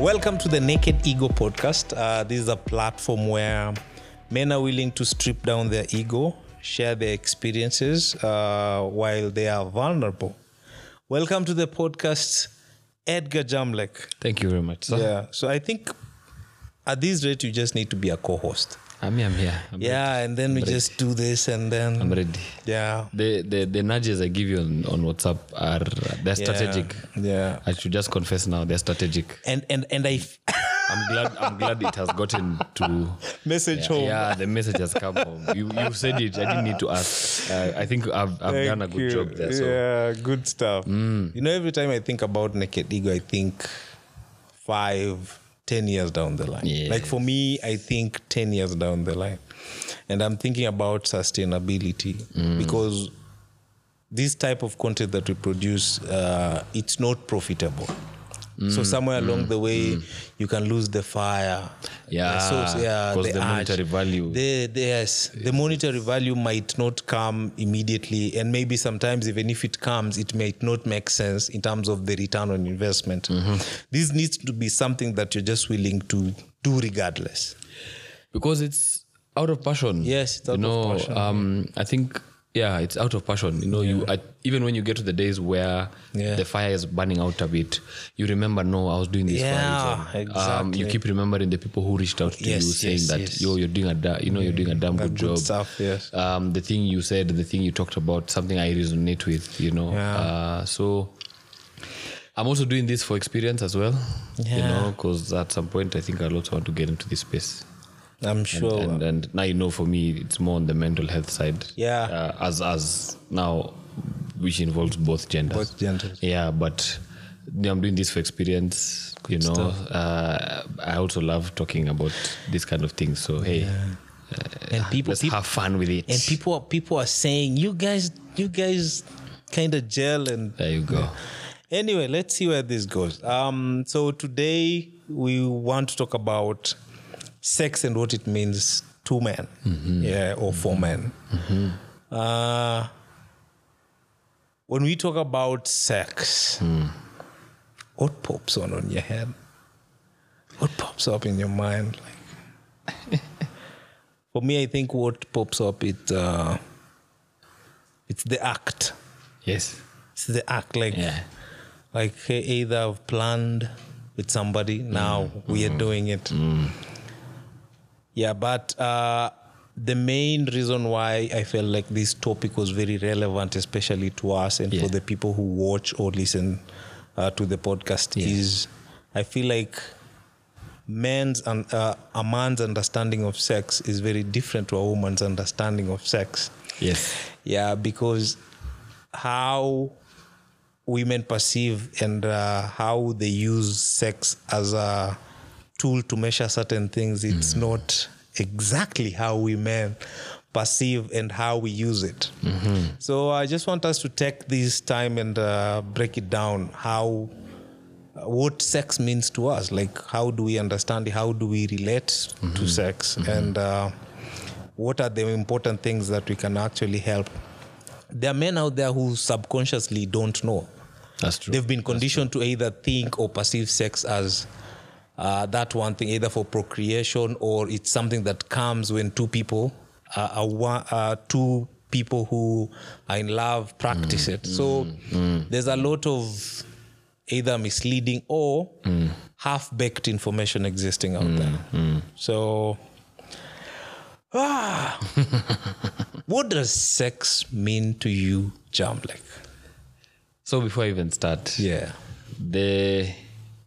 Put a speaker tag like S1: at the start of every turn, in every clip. S1: Welcome to the Naked Ego podcast. Uh, this is a platform where men are willing to strip down their ego, share their experiences uh, while they are vulnerable. Welcome to the podcast, Edgar Jamlek.
S2: Thank you very much. Sir.
S1: Yeah. So I think at this rate, you just need to be a co host.
S2: I'm here. I'm here. I'm
S1: Yeah. And then we just do this and then.
S2: I'm ready.
S1: Yeah.
S2: The, the the nudges I give you on, on WhatsApp are they're strategic.
S1: Yeah.
S2: I should just confess now they're strategic.
S1: And, and, and I f-
S2: I'm glad I'm glad it has gotten to
S1: message
S2: yeah,
S1: home.
S2: yeah, the message has come home. You you said it. I didn't need to ask. Uh, I think I've I've
S1: Thank
S2: done a good
S1: you.
S2: job there. So Mm.
S1: Yeah, good stuff. You know, every time I think about Naked Ego, I think five, ten years down the line.
S2: Yes.
S1: Like for me, I think ten years down the line. And I'm thinking about sustainability
S2: Mm.
S1: because this type of content that we produce, uh, it's not profitable.
S2: Mm,
S1: So somewhere along the way, you can lose the fire.
S2: Yeah,
S1: the source, yeah,
S2: 'cause the
S1: ash.
S2: monetary value.
S1: The, the- yes, the monetary value might not come immediately, and maybe sometimes even if it comes, it might not make sense in terms of the return on investment.
S2: Mm-hmm.
S1: This needs to be something that you're just willing to do regardless.
S2: because it's out of passion.
S1: Yes, it's out
S2: you
S1: of
S2: know,
S1: passion.
S2: Um, I think yeah, it's out of passion. You know, you at, even when you get to the days where
S1: Yeah.
S2: the fire is burning out a bit, you remember, no, I was doing this. for a
S1: Yeah,
S2: reason. Um, you
S1: exactly.
S2: keep remembering the people who reached out to
S1: Yes,
S2: you saying
S1: yes,
S2: that
S1: yes. Mm-hmm.
S2: yo, you're doing a da- you know you're doing a damn good job.
S1: good stuff, yes.
S2: Um, the thing you said, the thing you talked about, something I resonate with. You know,
S1: Yeah.
S2: uh, so. I'm also doing this for experience as well, you
S1: Yeah.
S2: know, because at some point I think I'll also want to get into this space
S1: I'm sure.
S2: and, uh, and now you know for me it's more on the mental health side
S1: Yeah.
S2: uh, as as now which involves both genders
S1: Both genders.
S2: yeah but yeah, i'm doing this for experience you know uh, i also love talking about this kind of things so hey
S1: and people,
S2: let's
S1: people,
S2: have fun with it
S1: and people, are, people are saying, you guys, you guys, kind of gel and
S2: there you go
S1: Anyway, let's see where this goes. Um, so today we want to talk about sex and what it means to men, yeah, or for men. Uh, when we talk about sex, what pops on on your head? What pops up in your mind? Like, for me, I think what pops up it uh, it's the act.
S2: yes
S1: It's the act, like
S2: yeah
S1: like hey, either I've planned with somebody now
S2: Mm.
S1: we are doing it yeah but uh, the main reason why I felt like this topic was very relevant especially to us and
S2: Yeah.
S1: for the people who watch or listen uh, to the podcast is I feel like men's and uh, a man's understanding of sex is very different to a woman's understanding of sex
S2: yes
S1: yeah because how women perceive and uh, how they use sex as a tool to measure certain things it's not exactly how we men perceive and how we use it so i just want us to take this time and uh, break it down how what sex means to us like how do we understand it? how do we relate to sex and uh, what are the important things that we can actually help there are men out there who subconsciously don't know
S2: that's true
S1: they've been conditioned to either think or perceive sex as uh, that one thing either for procreation or it's something that comes when two people uh, are one, uh, two people who are in love practice
S2: Mm.
S1: it so there's a lot of either misleading or
S2: Mm.
S1: half-baked information existing out there so ah, what does sex mean to you jamblek
S2: so before i even start
S1: yeah
S2: the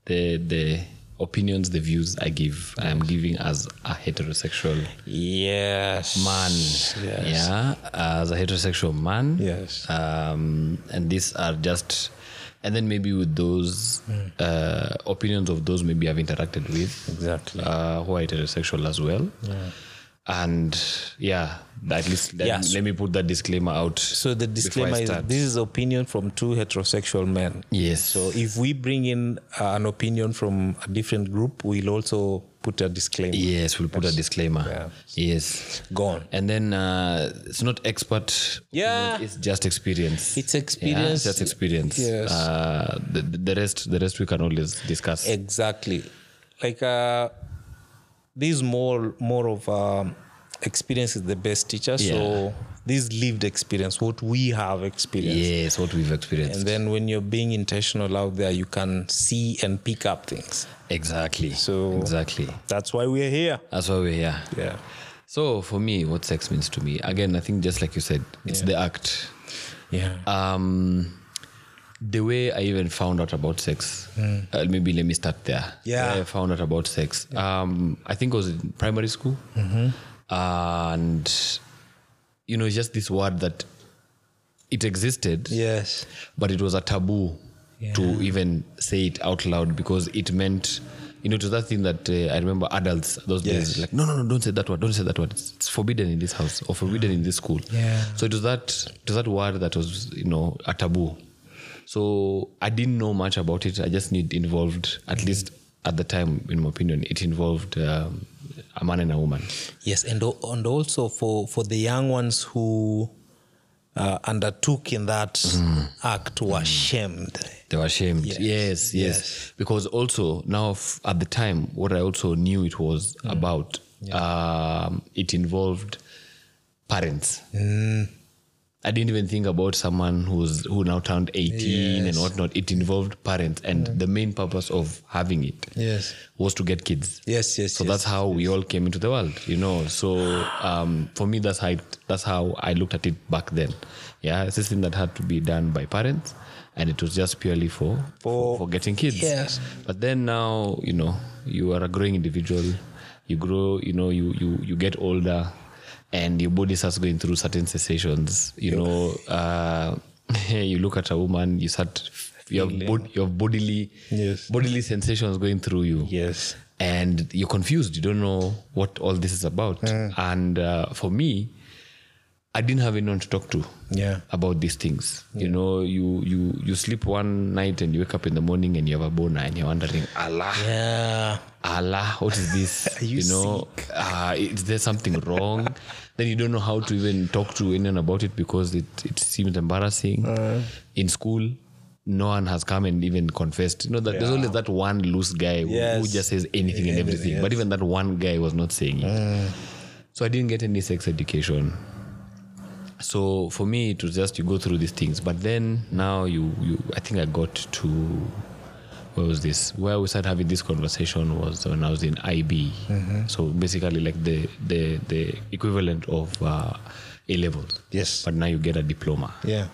S2: the the opinions the views i give i am giving as a heterosexual
S1: Yes.
S2: man yeah as a heterosexual man
S1: Yes.
S2: um and these are just and then maybe with those
S1: Hmm.
S2: uh opinions of those maybe i've interacted with
S1: Exactly.
S2: uh who are heterosexual as well and yeah at least let,
S1: Yes.
S2: let me put that disclaimer out
S1: So the disclaimer is
S2: start.
S1: this is opinion from two heterosexual men.
S2: yes
S1: So if we bring in uh, an opinion from a different group, we'll also put a disclaimer.
S2: yes we'll put a disclaimer
S1: Yeah.
S2: yes
S1: Gone.
S2: and then uh, it's not expert
S1: Yeah.
S2: opinion, it's just experience
S1: It's
S2: Yeah,
S1: experience.
S2: just experience
S1: Yes.
S2: uh, the, the rest the rest we can always discuss
S1: Exactly. like uh, these more more of um, experience is the best teacher.
S2: Yeah.
S1: So this lived experience, what we have experienced.
S2: yes what we've experienced
S1: And then when you're being intentional out there, you can see and pick up things.
S2: exactly
S1: So-
S2: exactly
S1: That's why we're here.
S2: that's why we're here
S1: Yeah.
S2: so for me what sex means to me again i think just like you said it's the act
S1: Yeah.
S2: um the way i even found out about sex uh, maybe let me start there
S1: Yeah.
S2: The way i found out about sex um i think it was in primary school and you know it's just this word that it existed
S1: yes.
S2: but it was a taboo to
S1: Yeah.
S2: even say it out loud because it meant you know it was that thing that uh, i remember adults those
S1: Yes.
S2: days like no no no don't say that word don't say that word it's, it's forbidden in this house or forbidden in this school
S1: Yeah.
S2: so it was that it was that word that was you know a taboo so i didn't know much about it i just knew it involved at
S1: Mm.
S2: least at the time in my opinion it involved um, a man and a woman
S1: Yes, and al- and also for for the young ones who uh, undertook in that
S2: Mm.
S1: act were shamed.
S2: they were ashamed yes yes,
S1: Yes.
S2: because also now f- at the time what i also knew it was
S1: Mm.
S2: about um, it involved parents
S1: Mm.
S2: i didn't even think about someone who's who now turned 18 and
S1: Yes.
S2: whatnot it involved parents and the main purpose of having it
S1: Yes.
S2: was to get kids
S1: Yes, yes.
S2: so that's how we all came into the world you know so um, for me that's how it, that's how i looked at it back then yeah it's a thing that had to be done by parents and it was just purely for for,
S1: For-
S2: for getting kids
S1: Yes.
S2: but then now you know you are a growing individual you grow you know you you, you get older and your body starts going through certain sensations you know uh, you look at a woman you start you have, bod- you have bodily
S1: Yes.
S2: bodily sensations going through you
S1: Yes.
S2: and you're confused you don't know what all this is about and uh, for me i didn't have anyone to talk to
S1: Yeah.
S2: about these things you know you you you sleep one night and you wake up in the morning and you have a boner and you're wondering allah
S1: Yeah.
S2: allah what is this
S1: Are you
S2: know uh, is there something wrong then you don't know how to even talk to anyone about it because it, it seems embarrassing
S1: Uh.
S2: in school no one has come and even confessed you know that there's always that one loose guy who, who
S1: Yes. Uh.
S2: just says anything
S1: Anything,
S2: and everything but even that one guy was not saying it so i didn't get any sex education so for me it was just you go through these things but then now you, you i think i got to where was this where we started having this conversation was when i was in ib so basically like the the the equivalent of uh, a level
S1: Yes.
S2: but now you get a diploma
S1: Yeah.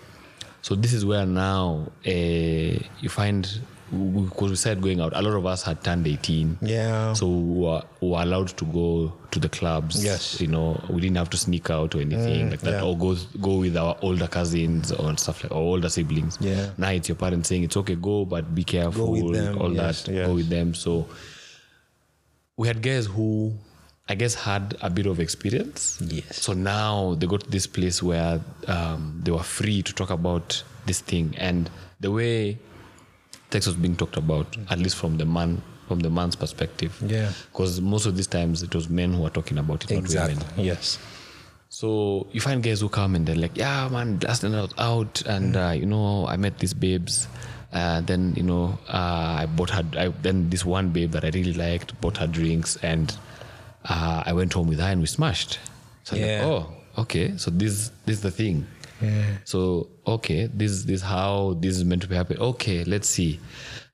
S2: so this is where now uh, you find because we started going out a lot of us had turned 18
S1: Yeah.
S2: so we were, we were allowed to go to the clubs
S1: Yes. Mm,
S2: you know we didn't have to sneak out or anything like that
S1: yeah.
S2: or go go with our older cousins or stuff like or older siblings
S1: Yeah.
S2: now it's your parents saying it's okay go but be careful
S1: them,
S2: all
S1: yes,
S2: that
S1: yes.
S2: go with them so we had guys who I guess had a bit of experience.
S1: Yes.
S2: So now they got to this place where um, they were free to talk about this thing and the way sex was being talked about, at least from the man from the man's perspective.
S1: Yeah.
S2: Because most of these times it was men who were talking about it, not women.
S1: Exactly. Yes.
S2: So you find guys who come and they're like, yeah, man, last night I was out and,
S1: Mm.
S2: uh, you know, I met these babes. Uh, then, you know, uh, I bought her, I, then this one babe that I really liked bought her drinks and uh, I went home with her and we smashed. So I'm
S1: Yeah.
S2: like, oh, okay. So this, this is the thing.
S1: Yeah.
S2: So, okay, this, this is how this is meant to be happening. Okay, let's see.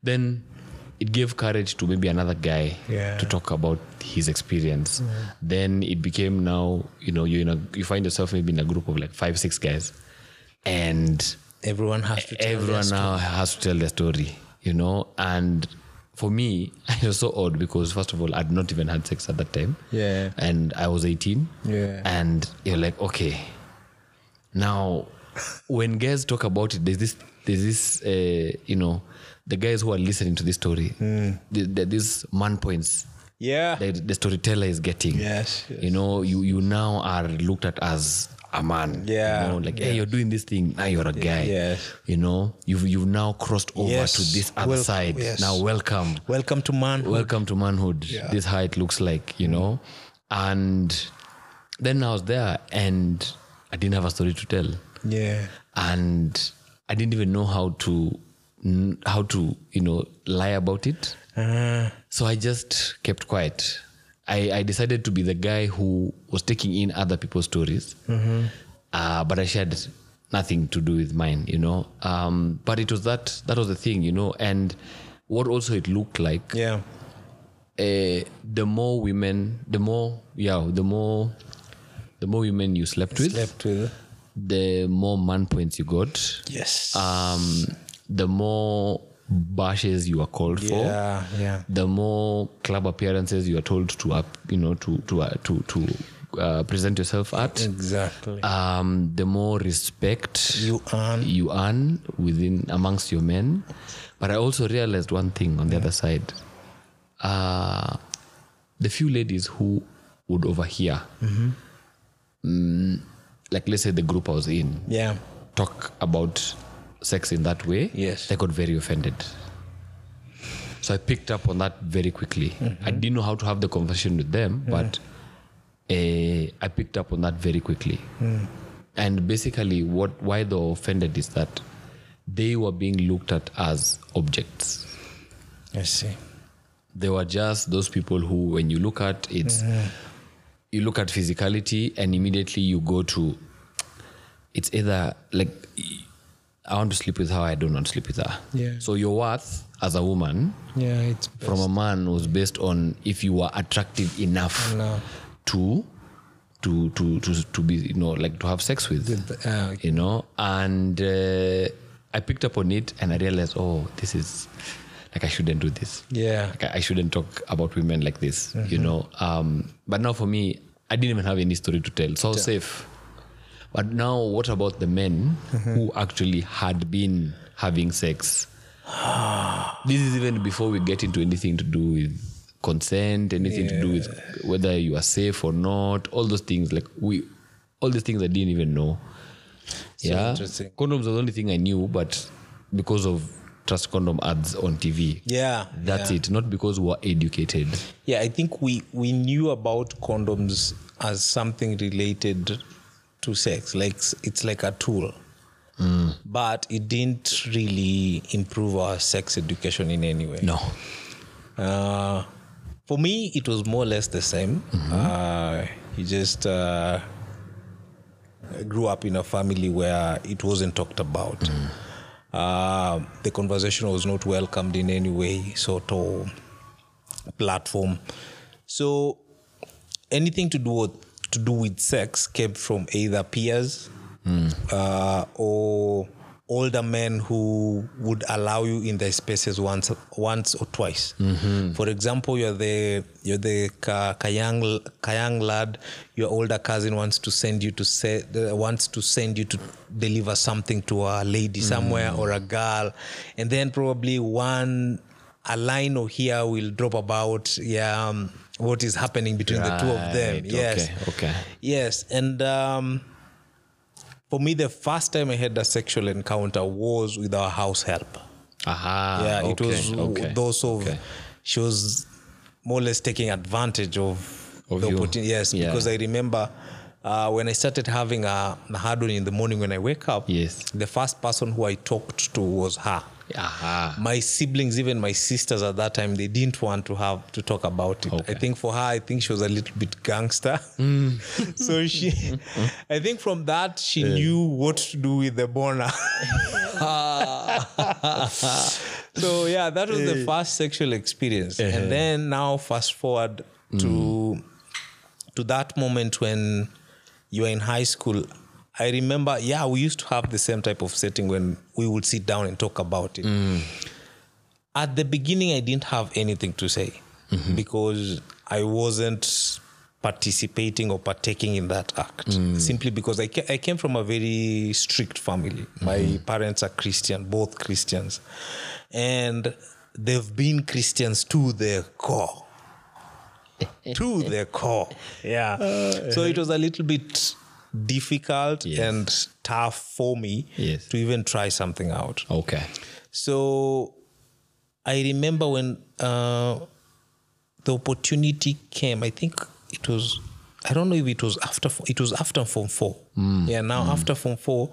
S2: Then it gave courage to maybe another guy
S1: Yeah.
S2: to talk talk about his experience. Then it became now, you know, you in a, you find yourself maybe in a group of like five, six guys, and
S1: Everyone has to. tell their
S2: everyone
S1: story.
S2: now has to tell their story, you know. And for me, it was so odd because first of all, I'd not even had sex at that time,
S1: Yeah.
S2: and I was eighteen,
S1: Yeah.
S2: and you're like, okay, now when guys talk about it, there's this, there's this, uh, you know. The guys who are listening to this story,
S1: Mm.
S2: the, the, these man points
S1: Yeah.
S2: that the storyteller is getting.
S1: Yes, yes.
S2: You know, you you now are looked at as a man.
S1: Yeah.
S2: You know, like, hey, you're doing this thing. Now you're a guy.
S1: yes.
S2: You know, you've you've now crossed over
S1: Yes.
S2: to this other
S1: Wel-
S2: side.
S1: yes.
S2: Now welcome.
S1: Welcome to man.
S2: Welcome to manhood.
S1: Yeah.
S2: This is how it looks like, you know. And then I was there and I didn't have a story to tell
S1: yeah.
S2: and I didn't even know how to n- how to you know lie about it
S1: Uh-huh.
S2: so i just kept quiet I, I decided to be the guy who was taking in other people's stories
S1: Mm-hmm.
S2: uh, but i shared nothing to do with mine you know um, but it was that that was the thing you know and what also it looked like
S1: yeah
S2: uh, the more women the more yeah the more the more women you slept with
S1: slept with
S2: the more man points you got
S1: yes
S2: um, the more bashes you are called for
S1: yeah yeah
S2: the more club appearances you are told to up you know to to uh, to, to uh, present yourself at
S1: exactly
S2: um, the more respect
S1: You earn.
S2: you earn within amongst your men but i also realized one thing on the other side uh, the few ladies who would overhear
S1: Mm-hmm.
S2: mm, like let's say the group i was in
S1: yeah
S2: talk about sex in that way,
S1: Yes.
S2: they got very offended. So I picked up on that very quickly. I didn't know how to have the conversation with them, but uh, I picked up on that very quickly. And basically, what why they were offended is that they were being looked at as objects
S1: i see
S2: they were just those people who when you look at it's you look at physicality and immediately you go to it's either like i want to sleep with her i don't want to sleep with her
S1: Yeah.
S2: so your worth as a woman
S1: yeah it's
S2: from a man was based on if you were attractive enough
S1: No.
S2: to to to to to be you know like to have sex with
S1: uh,
S2: you know and uh, i picked up on it and i realized oh this is like i shouldn't do this
S1: yeah
S2: like I- I shouldn't talk about women like this, you know. Um, but now for me, I didn't even have any story to tell, so I was safe. But now, what about the men who actually had been having sex? this is even before we get into anything to do with consent, anything to do with whether you are safe or not, all those things. Like we, all these things I didn't even know. yeah,
S1: interesting.
S2: condoms was the only thing I knew, but because of trust condom ads on TV,
S1: yeah
S2: that's it. Not because we're educated.
S1: Yeah, I think we we knew about condoms as something related to sex, like s- it's like a tool. But it didn't really improve our sex education in any way.
S2: No.
S1: Uh, for me, it was more or less the same. Uh, you just uh, grew up in a family where it wasn't talked about. Uh, the conversation was not welcomed in any way, sort of platform. So anything to do with, to do with sex came from either peers uh, or older men who would allow you in their spaces once once or twice. For example, you're the you're the ka, ka young l- ka young lad. Your older cousin wants to send you to say uh, wants to send you to deliver something to a lady somewhere or a girl, and then probably one a line or here will drop about yeah. Um, what is happening between the two of them?
S2: Right,
S1: Yes,
S2: Ah, Okay. Okay.
S1: Yes, and um, for me, the first time I had a sexual encounter was with our house help.
S2: Aha.
S1: yeah, it
S2: Ah, okay,
S1: was
S2: okay,
S1: those of
S2: okay.
S1: she was more or less taking advantage of,
S2: Of
S1: the
S2: you.
S1: opportunity. Yes,
S2: Yeah.
S1: because I remember uh, when I started having a, a hard on in the morning when I wake up.
S2: Yes.
S1: the first person who I talked to was her.
S2: Aha.
S1: My siblings, even my sisters at that time, they didn't want to have to talk about it.
S2: Okay.
S1: I think for her, I think she was a little bit gangster. so she, I think from that she knew what to do with the boner. so yeah, that was the first sexual experience, and then now fast forward to to that moment when you were in high school. I remember, yeah, we used to have the same type of setting when we would sit down and talk about it at the beginning i didn't have anything to say
S2: Mm-hmm.
S1: because i wasn't participating or partaking in that act
S2: Mm.
S1: simply because I, ca- I came from a very strict family
S2: Mm-hmm.
S1: my parents are christian both christians and they've been christians to their core to their core yeah so it was a little bit difficult
S2: Uh. Yes.
S1: and tough for me
S2: Yes.
S1: to even try something out
S2: Okay.
S1: so I remember when uh, the opportunity came. I think it was. I don't know if it was after. It was after form four. Yeah. Now after form four,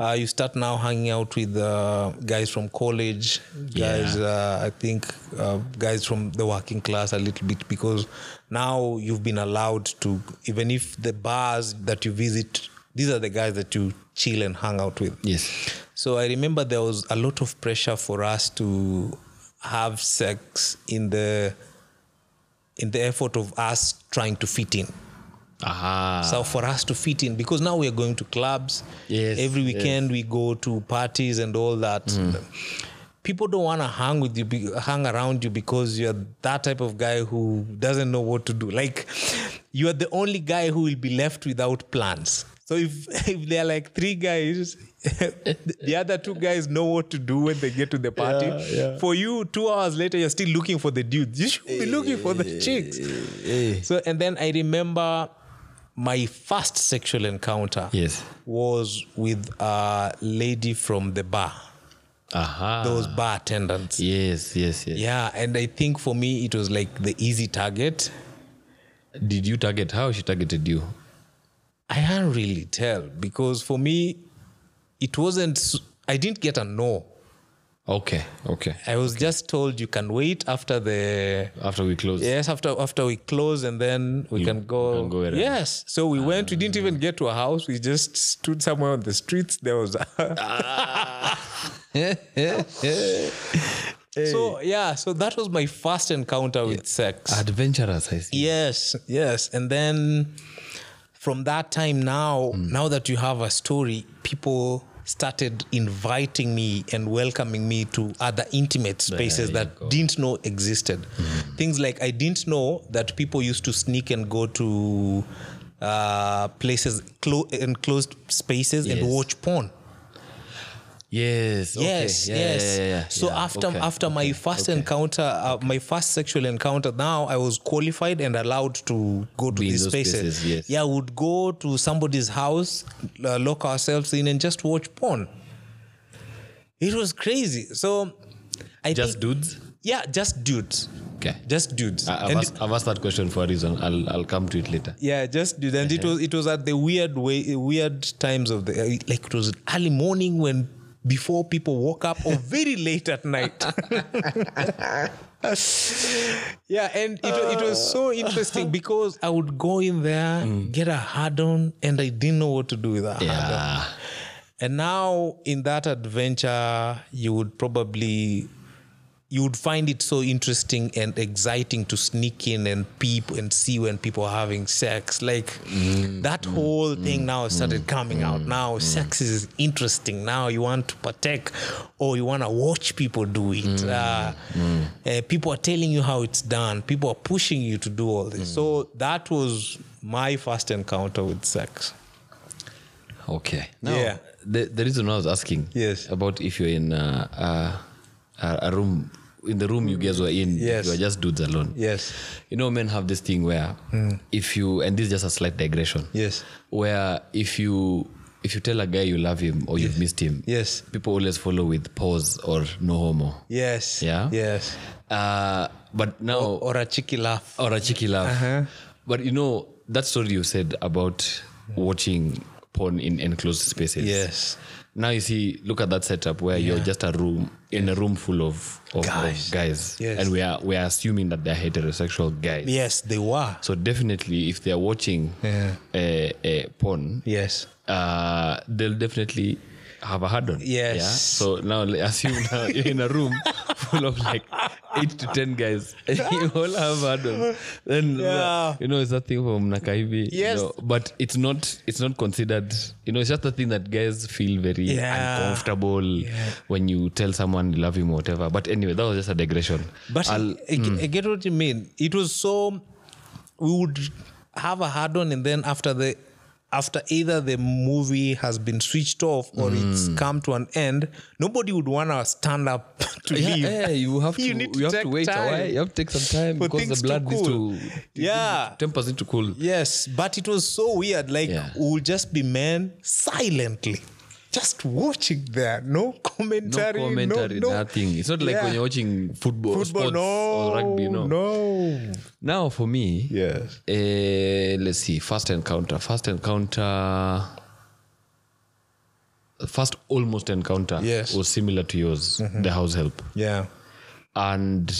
S1: uh, you start now hanging out with uh, guys from college, guys. Uh, I think uh, guys from the working class a little bit because now you've been allowed to even if the bars that you visit, these are the guys that you chill and hang out with.
S2: Yes.
S1: So I remember there was a lot of pressure for us to have sex in the in the effort of us trying to fit in.
S2: Aha.
S1: So for us to fit in, because now we are going to clubs.
S2: Yes, Mm.
S1: Every weekend we go to parties and all that. People don't want to hang with you, be- hang around you because you're that type of guy who doesn't know what to do. Like you are the only guy who will be left without plans. So if if there are like three guys, the the other two guys know what to do when they get to the party. For you, two hours later, you're still looking for the dudes. You should be looking for the chicks. So and then I remember my first sexual encounter
S2: Yes.
S1: was with a lady from the bar,
S2: Aha.
S1: those bar attendants.
S2: Yes, yes, yes.
S1: Yeah, and I think for me it was like the easy target.
S2: Did you target how she targeted you?
S1: I can't really tell because for me it wasn't s- I didn't get a no.
S2: Okay, okay.
S1: I was just told you can wait after the
S2: After we close.
S1: Yes, after after we close and then we can go.
S2: can go Ah. wherever.
S1: yes, so we went. We didn't even get to a house. We just stood somewhere on the streets. There was. So yeah, so that was my first encounter with sex.
S2: Adventurous, I see.
S1: yes, yes, and then from that time now,
S2: Hmm.
S1: now that you have a story, people started inviting me and welcoming me to other intimate spaces
S2: you Hmm.
S1: that didn't know existed. Things like I didn't know that people used to sneak and go to uh, places, clo- enclosed spaces,
S2: Yes.
S1: and watch porn.
S2: Yes. Okay.
S1: Yes,
S2: yeah,
S1: yes.
S2: Yeah, yeah, yeah.
S1: So
S2: yeah.
S1: after
S2: okay.
S1: after my first encounter, uh, my first sexual encounter, now I was qualified and allowed to go to
S2: Be in
S1: these
S2: those
S1: spaces.
S2: places, yes.
S1: Yeah, I would go to somebody's house, uh, lock ourselves in, and just watch porn. It was crazy. So, I
S2: just
S1: think,
S2: dudes.
S1: yeah, just dudes,
S2: Okay.
S1: just dudes.
S2: I- I've,
S1: And-
S2: asked, I've asked that question for a reason. I'll I'll come to it later.
S1: yeah, just dudes. And it was it was at the weird way, weird times of the like it was early morning when before people woke up or very late at night. yeah, and it, wa- it was so interesting because I would go in there, get a hard on, and I didn't know what to do with that hard on.
S2: Yeah.
S1: And now in that adventure, you would probably you would find it so interesting and exciting to sneak in and peep and see when people are having sex. Like that whole thing now started coming out. Now sex is interesting. Now you want to partake or you want to watch people do it. Uh, uh, people are telling you how it's done. People are pushing you to do all this. So that was my first encounter with sex.
S2: Okay. Now,
S1: Yeah.
S2: The, the reason I was asking
S1: Yes.
S2: about if you're in uh, uh, a, a room, in the room you guys were in,
S1: Yes.
S2: you are just dudes alone.
S1: Yes.
S2: You know, men have this thing where
S1: Mm.
S2: if you, and this is just a slight digression.
S1: Yes.
S2: Where if you, if you tell a guy you love him or you've missed him,
S1: Yes.
S2: people always follow with pause or no homo.
S1: Yes.
S2: Yeah?
S1: Yes.
S2: Uh, but now,
S1: Or a cheeky laugh.
S2: or a cheeky laugh.
S1: Uh-huh.
S2: But you know that story you said about watching porn in enclosed spaces.
S1: Yes.
S2: Now you see, look at that setup where you're just a room in a room full of, of of guys,
S1: Guys. Yes.
S2: and we are we are assuming that they're heterosexual guys.
S1: Yes, they were.
S2: So definitely, if they're watching
S1: Yeah.
S2: uh, uh, porn,
S1: Yes.
S2: uh, they'll definitely have a hard on.
S1: Yes.
S2: Yeah? So now like, assume now you're in a room full of like eight to ten guys. you all have hard on. Then uh,
S1: Yeah.
S2: you know it's that thing from Nakaibi.
S1: Yes.
S2: You know, but it's not it's not considered you know, it's just the thing that guys feel very
S1: Yeah.
S2: uncomfortable when you tell someone you love him or whatever. But anyway, that was just a digression.
S1: But i I,
S2: mm.
S1: I get what you mean. It was so we would have a hard on and then after the after either the movie has been switched off or
S2: Mm.
S1: it's come to an end, nobody would wanna stand up to
S2: yeah,
S1: leave.
S2: yeah, you have to you,
S1: need to
S2: have to
S1: take
S2: wait a
S1: time
S2: while. You have to take some time
S1: for
S2: because
S1: things
S2: the
S1: to
S2: blood
S1: cool.
S2: needs to
S1: Yeah.
S2: tempers need to cool.
S1: Yes, but it was so weird. Like
S2: Yeah.
S1: we'll just be men silently, just watching there. No commentary.
S2: no commentary,
S1: no,
S2: nothing. It's not like
S1: Yeah.
S2: when you're watching football, or
S1: Football,
S2: sports
S1: no,
S2: or rugby. No.
S1: no.
S2: Now for me,
S1: Yes.
S2: eh, let's see. First encounter. First encounter. first almost encounter
S1: Yes. Mm-hmm.
S2: was similar to yours, the house help.
S1: yeah
S2: And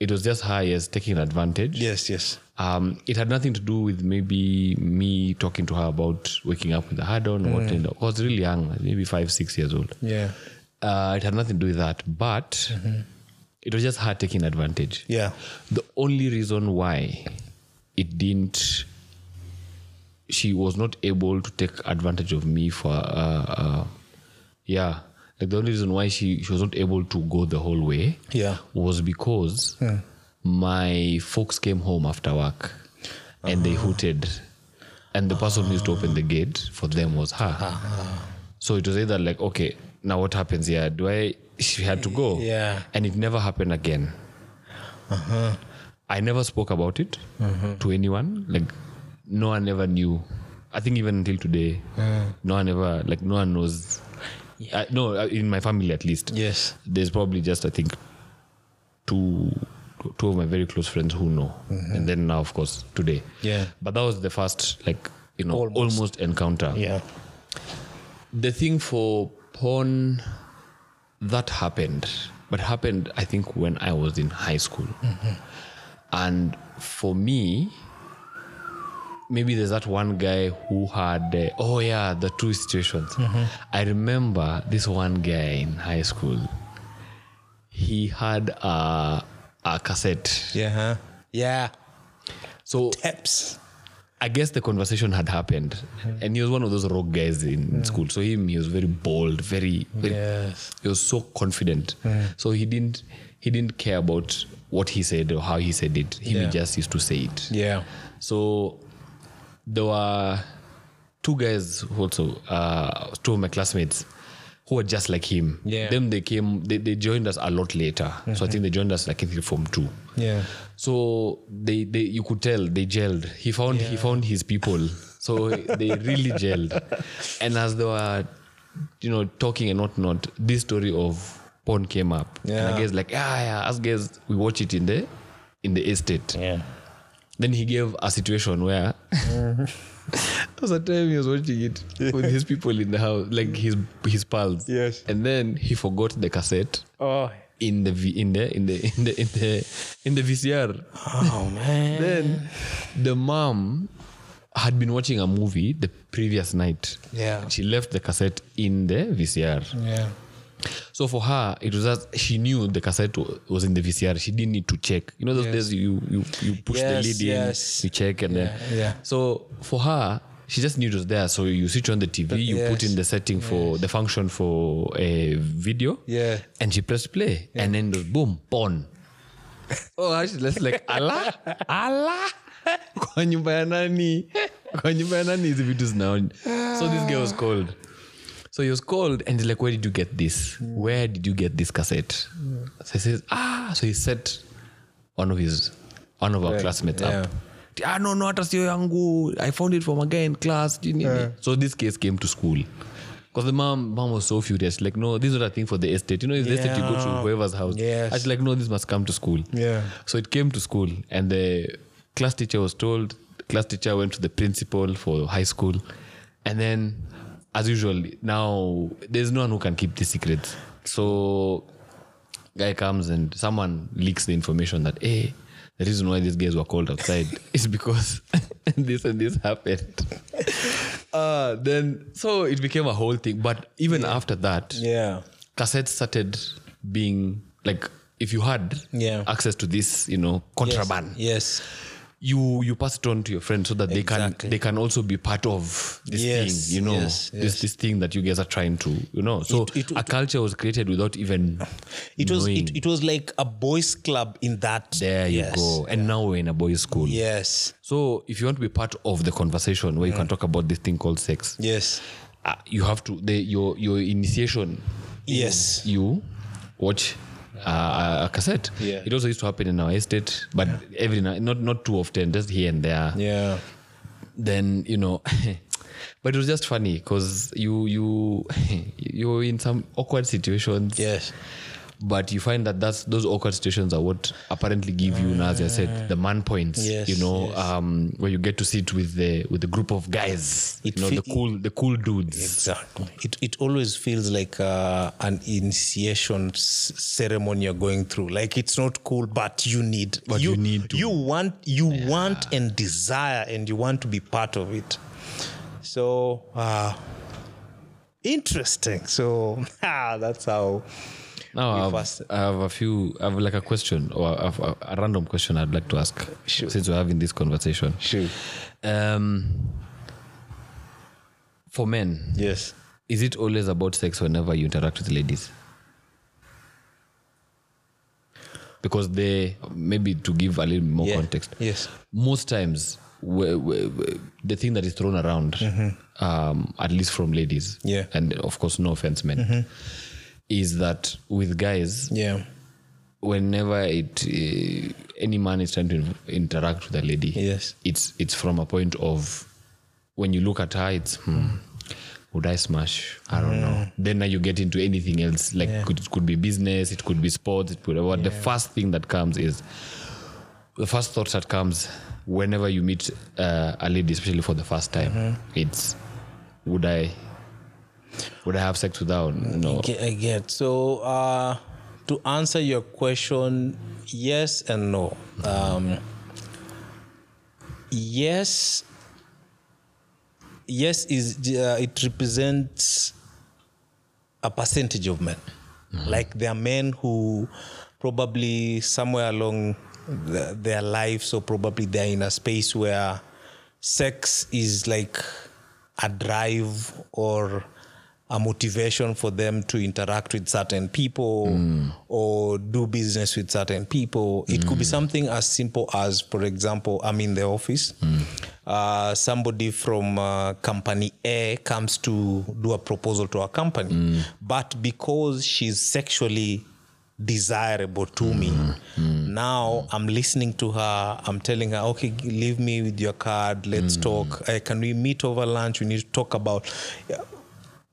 S2: it was just her, yes, taking advantage.
S1: yes yes
S2: Um, it had nothing to do with maybe me talking to her about waking up with a hard on. or
S1: Mm.
S2: What, and I was really young, maybe five, six years old.
S1: yeah
S2: Uh, it had nothing to do with that. But it was just her taking advantage.
S1: yeah
S2: The only reason why it didn't, she was not able to take advantage of me for, uh, uh, yeah, like the only reason why she, she was not able to go the whole way
S1: Yeah.
S2: was because my folks came home after work and
S1: Ah.
S2: they hooted, and the person who used to open the gate for them was her.
S1: Ah,
S2: So it was either like, okay, now what happens here? Do I? She had to go.
S1: Yeah.
S2: And it never happened again. I never spoke about it to anyone. Like, no one ever knew. I think even until today, no one ever, like, no one knows. I, no, uh, in my family at least.
S1: Yes.
S2: There's probably just, I think, two two of my very close friends who know. And then now, of course, today.
S1: Yeah.
S2: But that was the first, like, you know,
S1: Almost.
S2: almost, encounter.
S1: yeah
S2: The thing for porn that happened, but happened, I think, when I was in high school. And for me, maybe there's that one guy who had, uh, oh yeah, the two situations. I remember this one guy in high school. He had a, a cassette.
S1: yeah huh? yeah
S2: So
S1: peps
S2: I guess the conversation had happened, and he was one of those rock guys in, in school. So him, he was very bold, very, very
S1: Yes.
S2: he was so confident. So he didn't he didn't care about what he said or how he said it. He
S1: Yeah.
S2: just used to say it.
S1: yeah
S2: So there were two guys who also, uh, two of my classmates who were just like him.
S1: Yeah.
S2: Them they came, they, they joined us a lot later. So I think they joined us like in form two.
S1: yeah
S2: So they, they you could tell they gelled. He found he found his people. So they really gelled. And as they were you know talking and whatnot, this story of porn came up. And
S1: Yeah.
S2: I guess like, yeah, yeah, us guys we watch it in the in the estate.
S1: yeah
S2: Then he gave a situation where there was a time he was watching it with his people in the house, like his his pals.
S1: Yes.
S2: And then he forgot the cassette
S1: oh
S2: in the v, in the in the in the in the in the VCR.
S1: oh man
S2: Then the mom had been watching a movie the previous night.
S1: Yeah.
S2: She left the cassette in the VCR.
S1: yeah
S2: So for her, it was that she knew the cassette wa- was in the VCR. She didn't need to check. You know those days you you, you push
S1: Yes,
S2: the lead
S1: yes.
S2: in, you check, and
S1: Yeah,
S2: then
S1: yeah.
S2: So for her, she just knew it was there. So you switch on the TV, you put
S1: yes,
S2: in the setting for the function for a video,
S1: Yeah.
S2: and she pressed play, and then it was boom, porn. oh, actually, that's like Allah, Allah. kwa nyumba ya nani kwa nyumba ya nani hizi vitu zinaonja so this guy was called so he was called and he's like, Where did you get this? Where did you get this cassette? So he says, Ah, so he set one of his one of our classmates up. Ah no, no, hata sio yangu. I found it from a guy in class. Do you need it?" So this case came to school. Because the mom, mom was so furious. Like, no, this is not a thing for the estate. You know, if the estate you go to
S1: Yeah.
S2: whoever's house.
S1: Yes.
S2: I was like, no, this must come to school.
S1: Yeah.
S2: So it came to school, and the class teacher was told. The class teacher went to the principal for high school, and then, as usual, now there's no one who can keep the secret. So, guy comes and someone leaks the information that hey, the reason why these guys were called outside is because this and this happened. Uh, then so it became a whole thing. But even after that,
S1: yeah
S2: cassettes started being like if you had
S1: Yeah.
S2: access to this you know contraband
S1: yes
S2: you you pass it on to your friends so that they
S1: Exactly.
S2: can they can also be part of this
S1: Yes,
S2: thing you know
S1: yes, yes.
S2: this this thing that you guys are trying to you know so
S1: It- it-
S2: a culture was created without even
S1: it was
S2: knowing.
S1: it, it was like a boys club in that
S2: there you
S1: yes.
S2: go and now we're in a boys school
S1: yes
S2: so if you want to be part of the conversation where you
S1: Mm.
S2: can talk about this thing called sex
S1: yes
S2: uh, you have to the, your your initiation
S1: yes
S2: you watch uh, a cassette.
S1: Yeah.
S2: It also used to happen in our estate, but every now, not not too often, just here and there.
S1: yeah
S2: Then you know, but it was just funny because you you you were in some awkward situations.
S1: yes
S2: but you find that that's those awkward situations are what apparently give you now as i said the man points
S1: Yes,
S2: you know um where you get to sit with the with the group of guys
S1: It
S2: you know the
S1: fe-
S2: cool the cool dudes
S1: Exactly. It, it always feels like uh, an initiation s- ceremony you're going through. Like it's not cool, but you need.
S2: But you need to.
S1: You want. You want and desire, and you want to be part of it. So uh, interesting. So ah, that's how.
S2: now I have,
S1: first-
S2: I have a few i have like a question or a, a, a random question i'd like to ask
S1: Sure.
S2: since we're having this conversation
S1: Sure.
S2: um for men
S1: Yes.
S2: is it always about sex whenever you interact with ladies because they maybe to give a little more
S1: Yeah.
S2: context
S1: Yes.
S2: most times we, we, we, the thing that is thrown around um, at least from ladies
S1: Mm-hmm. Yeah. Mm-hmm.
S2: and of course no offense men is that with guys
S1: Yeah.
S2: whenever it uh, any man is trying to in- interact with a lady
S1: Yes.
S2: it's it's from a point of when you look at her it's hmm, would i smash i don't know then now you get into anything else like
S1: Yeah.
S2: could, it could be business it could be sports it could what the first thing that comes is the first thought that comes whenever you meet uh, a lady especially for the first time
S1: Mm-hmm.
S2: it's would i would i have sex with her or no
S1: Ge- I get. So uh, to answer your question, yes and no. Um, yes, yes is uh, it represents a percentage of men. Like there are men who probably somewhere along the, their lives, or probably they're in a space where sex is like a drive or a motivation for them to interact with certain people or do business with certain people. It could be something as simple as, for example, I'm in the office. Uh, somebody from uh, company A comes to do a proposal to our company, but because she's sexually desirable to me. Hmm. Now I'm listening to her. I'm telling her, okay, g- leave me with your card. Let's talk. Uh, can we meet over lunch? We need to talk about.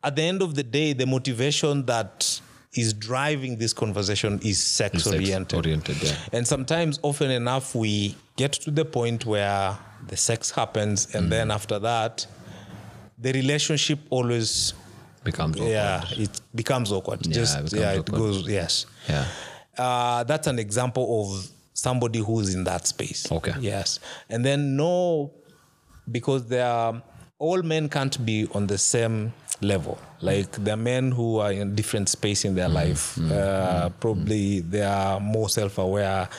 S1: At the end of the day, the motivation that is driving this conversation is sex
S2: Sex
S1: oriented.
S2: oriented yeah
S1: And sometimes, often enough, we get to the point where the sex happens,
S2: Mm-hmm.
S1: and then after that, the relationship always
S2: becomes awkward.
S1: yeah it becomes awkward just
S2: it becomes
S1: yeah it
S2: awkward.
S1: goes yes
S2: Yeah.
S1: uh, that's an example of somebody who's in that space
S2: Okay.
S1: yes and then no because there are all men can't be on the same level like there are men who are in different space in their life uh, probably they are more self-aware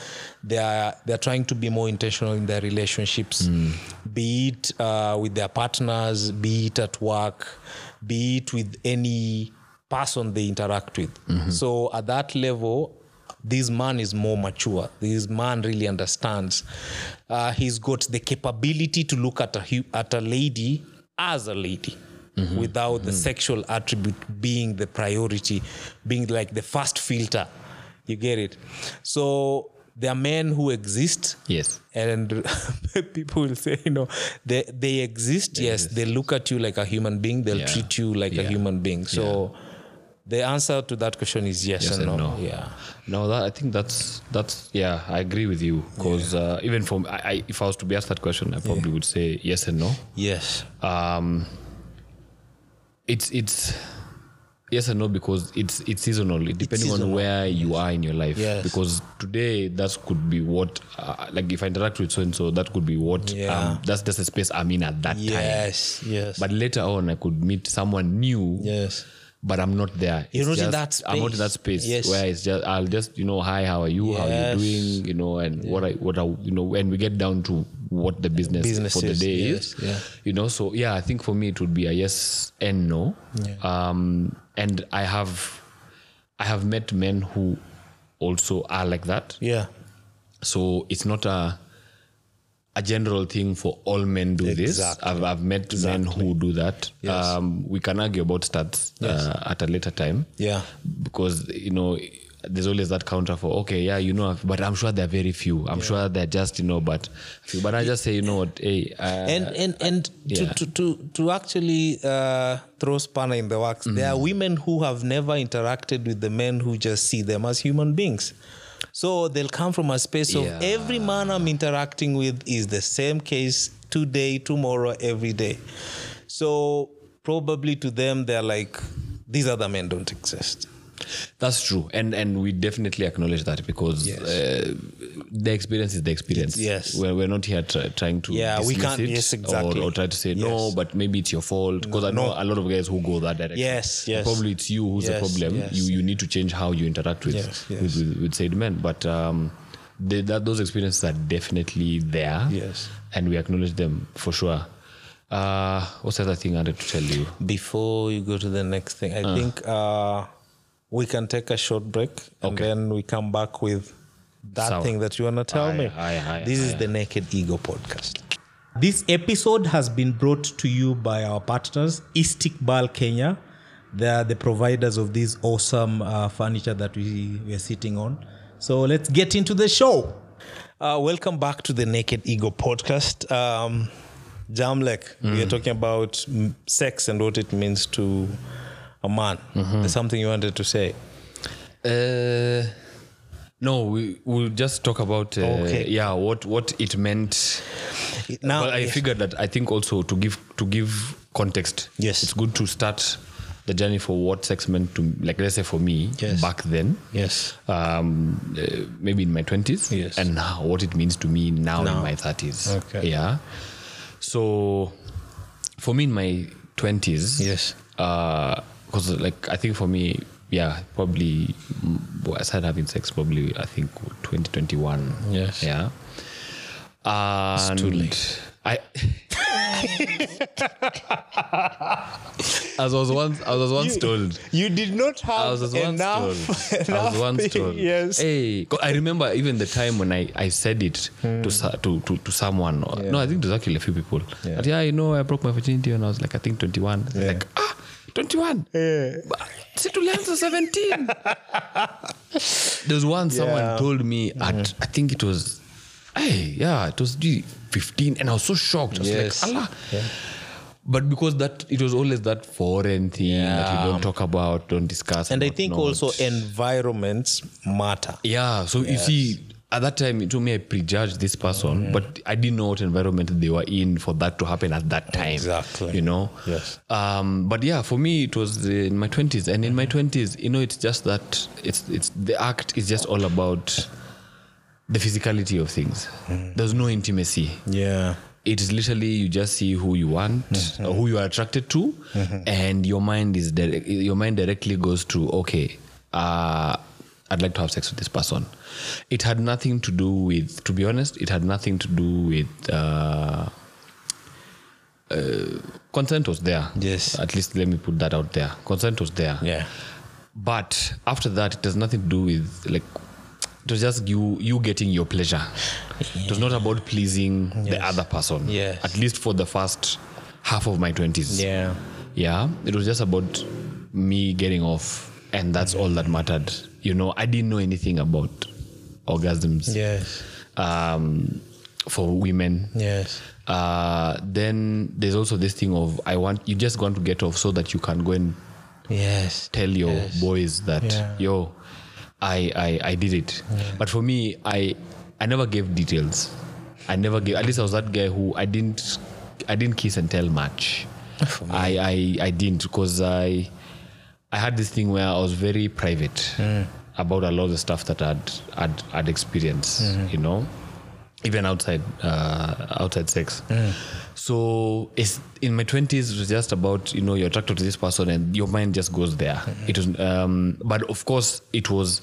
S1: they are they're trying to be more intentional in their relationships be it uh, with their partners be it at work be it with any person they interact with so at that level this man is more mature. This man really understands. Uh, he's got the capability to look at a hu- at a lady as a lady, without the sexual attribute being the priority, being like the first filter. You get it. So there are men who exist
S2: Yes.
S1: and people will say you know they they exist yes they look at you like a human being they'll
S2: Yeah.
S1: treat you like a
S2: Yeah.
S1: human being so the answer to that question is yes, and, no. yeah
S2: No, that I think that's that's yeah. I agree with you because uh, even from I, I, if I was to be asked that question, I probably would say yes and no.
S1: yes
S2: Um, it's it's yes and no because it's it's seasonal. It depending on
S1: seasonal,
S2: where you are in your life.
S1: Yes.
S2: Because today that could be what uh, like if I interact with so and so, that could be what
S1: Yeah.
S2: um, that's that's the space I'm in at that time.
S1: yes yes
S2: But later on, I could meet someone new.
S1: yes
S2: but I'm not there.
S1: You're
S2: It's
S1: not in that
S2: just- I'm not in
S1: space.
S2: that space
S1: Yes.
S2: where it's just I'll just you know hi how are you how are you
S1: Yes.
S2: doing you know and what I what I you know when we get down to what the business,
S1: Business
S2: for the
S1: is,
S2: day
S1: yes,
S2: is
S1: yeah.
S2: you know so yeah I think for me it would be a yes and no um and I have I have met men who also are like that
S1: yeah
S2: so it's not a a general thing for all men do this.
S1: Exactly.
S2: I've, I've met men who do that. Um, we can argue about stats uh, at a later time
S1: yeah
S2: because you know there's always that counter for okay yeah you know but i'm sure there are very few i'm sure they're just you know but few. but i just say you know what hey uh,
S1: and and and to,
S2: yeah.
S1: to to to actually uh, throw spanner in the works, there are
S2: Mm-hmm.
S1: women who have never interacted with the men who just see them as human beings. So they'll come from a space of
S2: Yeah.
S1: every man I'm interacting with is the same case today, tomorrow, every day. So probably to them they're like these other men don't exist.
S2: That's true, and and we definitely acknowledge that because
S1: Yes.
S2: uh, the experience is the experience.
S1: Yes.
S2: we're, we're not here try, trying to
S1: Yeah, we
S2: dismiss
S1: can't-
S2: it
S1: yes,
S2: or-
S1: exactly.
S2: or, try to say no,
S1: Yes.
S2: but maybe it's your fault because I know a lot of guys who go that direction.
S1: Yes, yes.
S2: Probably it's you who's the
S1: Yes,
S2: problem.
S1: yes.
S2: You you need to change how you interact with
S1: Yes, yes.
S2: With, with, with said men, but. Um, they, that those experiences are definitely there,
S1: Yes.
S2: and we acknowledge them for sure. Uh, what's the other thing I wanted to tell you?
S1: before you go to the next thing, I think uh, we can take a short break and
S2: Okay.
S1: then we come back with that
S2: Sawa.
S1: thing that you want to tell
S2: Aye,
S1: me.
S2: aye, aye,
S1: this is
S2: aye.
S1: the Naked Ego podcast.
S3: This episode has been brought to you by our partners, Istik Bal Kenya. They are the providers of this awesome uh, furniture that we, we are sitting on. So let's get into the show.
S1: Uh, welcome back to the Naked Ego podcast. Um, Jamlek, we are talking about mm, sex and what it means to a man. There's something you wanted to say.
S2: Uh, no, we we'll just talk about uh,
S1: Okay.
S2: yeah what what it meant.
S1: Now,
S2: but I
S1: yes.
S2: figured that I think also to give to give context.
S1: Yes.
S2: it's good to start the journey for what sex meant to like let's say for me
S1: Yes.
S2: back then.
S1: yes.
S2: Um, uh, maybe in my twenties,
S1: Yes.
S2: and now what it means to me now, in
S1: Now.
S2: my thirties.
S1: Okay.
S2: yeah. So, for me in my twenties,
S1: Yes.
S2: because like I think for me, yeah, probably mm, well, I started having sex probably I think 2021.
S1: Yes.
S2: yeah. And
S1: too
S2: I. as I was once, I was once told.
S1: You did not
S2: I
S1: have
S2: was once
S1: enough.
S2: told. I was
S1: enough
S2: once
S1: thing,
S2: told.
S1: Yes.
S2: Hey, 'cause I remember even the time when I, I said it
S1: Hmm.
S2: to, sa- to to to someone. or- No, I think it was actually a few people.
S1: Yeah.
S2: But yeah, you know, I broke my virginity when I was like I think twenty one. Like ah, twenty one. Si tulianza 17 there was one someone
S1: Yeah. Mm-hmm.
S2: told me at I think it was hey yeah it was gee, 15 and I was so shocked I was
S1: Yes.
S2: like Allah but because that it was always that foreign thing that you don't talk about don't discuss
S1: and I
S2: whatnot.
S1: think also environments matter.
S2: yeah so you see at that time to me I prejudged this person but I didn't know what environment they were in for that to happen at that time
S1: Exactly.
S2: you know
S1: Yes.
S2: um but yeah for me it was the, in my 20s and in my 20s you know it's just that it's it's the act is just all about the physicality of things
S1: Mm.
S2: there's no intimacy
S1: Yeah.
S2: it is literally you just see who you want
S1: Mm-hmm.
S2: or who you are attracted to and your mind is direct, your mind directly goes to okay uh I'd like to have sex with this person. It had nothing to do with, to be honest, it had nothing to do with uh, consent was there.
S1: Yes.
S2: At least let me put that out there. Consent was there.
S1: Yeah.
S2: But after that, it has nothing to do with like it was just you you getting your pleasure. It was not about pleasing the other person.
S1: Yes.
S2: At least for the first half of my twenties.
S1: Yeah.
S2: Yeah. It was just about me getting off, and that's all that mattered. You know, I didn't know anything about orgasms.
S1: Yes.
S2: Um, for women
S1: Yes.
S2: uh, then there's also this thing of I want you just want to get off so that you can go and
S1: Yes.
S2: tell your boys that
S1: Yeah.
S2: yo, I I, I did it. But for me, I I never gave details. I never gave. At least I was that guy who I didn't I didn't kiss and tell much. I, I I didn't because I I had this thing where I was very private about a lot of the stuff that I'd I'd, I'd experienced. You know even outside uh, outside sex. So it's in my twenties. It was just about you know you're attracted to this person and your mind just goes there. It was, um, but of course it was.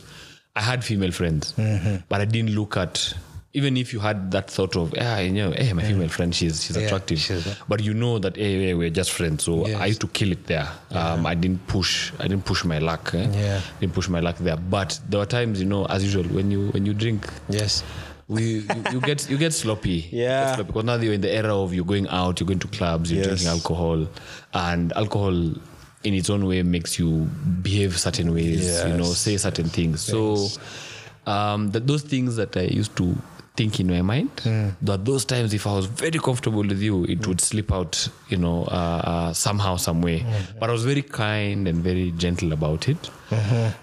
S2: I had female friends,
S1: Mm-hmm.
S2: but I didn't look at. Even if you had that thought of, yeah, you know, hey, my female friend, she's she's attractive,
S1: she's-
S2: but you know that, hey, hey, we're just friends. So I used to kill it there. Um, I didn't push, I didn't push my luck. eh?
S1: Yeah.
S2: didn't push my luck there. But there were times, you know, as usual, when you when you drink,
S1: Yes.
S2: we you, you get you get sloppy. You
S1: Yeah.
S2: get sloppy. Because now you're in the era of you're going out, you're going to clubs, you're
S1: Yes.
S2: drinking alcohol, and alcohol in its own way makes you behave certain ways you know say certain things so um that those things that i used to think in my mind that those times if i was very comfortable with you it would slip out you know uh, uh, somehow some way but i was very kind and very gentle about it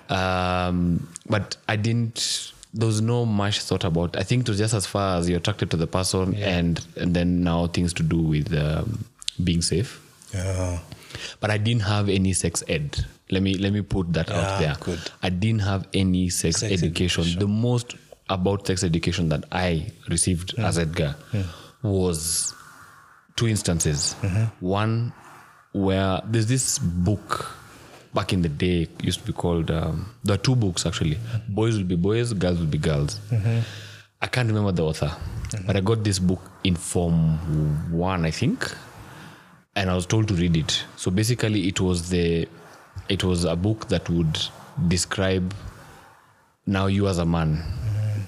S2: um but i didn't there was no much thought about i think it was just as far as you're attracted to the person and and then now things to do with um, being safe
S1: Yeah.
S2: but I didn't have any sex ed. Let me let me put that out
S1: Yeah,
S2: there.
S1: good.
S2: I didn't have any Ah, sex, education. The most about sex education that I received as Edgar was two instances. One where there's this book back in the day it used to be called um, there are two books actually boys will be boys girls will be girls i can't remember the author but i got this book in form one i think and I was told to read it. So basically, it was the it was a book that would describe now you as a man.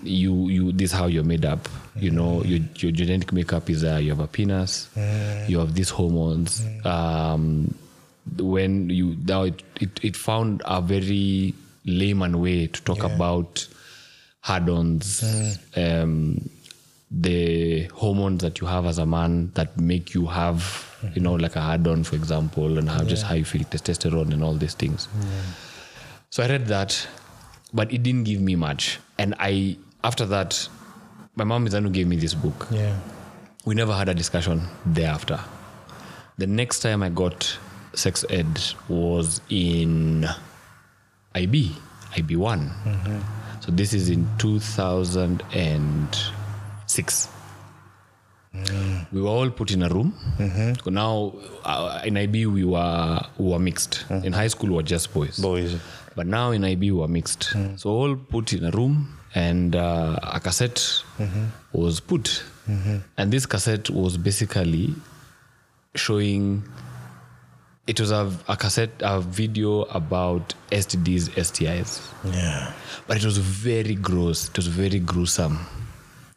S2: You you this is how you're made up. You know your your genetic makeup is uh, you have a penis, you have these hormones. Um, when you now it, it it found a very layman way to talk about hard-ons. Um, the hormones that you have as a man that make you have you know like a hard on for example and how just how you feel testosterone and all these things so i read that but it didn't give me much and i after that my mom is the one who gave me this book
S1: Yeah.
S2: we never had a discussion thereafter the next time i got sex ed was in ib ib1 so this is in 2006 we were all put in a room. So Now, uh, in IB, we were we were mixed. In high school, we were just boys.
S1: Boys.
S2: But now in IB, we were mixed.
S1: Mm.
S2: So all put in a room, and uh, a cassette
S1: Mm-hmm.
S2: was put. And this cassette was basically showing. It was a, a cassette, a video about STDs, STIs
S1: Yeah.
S2: but it was very gross. It was very gruesome.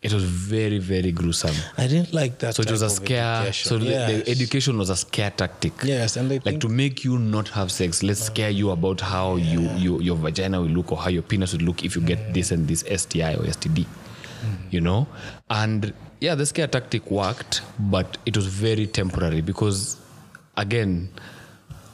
S2: It was very, very gruesome.
S1: I didn't like that.
S2: So it was a
S1: type of
S2: scare.
S1: education.
S2: So the,
S1: Yes.
S2: the education was a scare tactic.
S1: Yes, and I
S2: like
S1: think-
S2: to make you not have sex. Let's scare you about how you, you your vagina will look or how your penis will look if you get this and this STI or STD. You know, and yeah, the scare tactic worked, but it was very temporary because, again,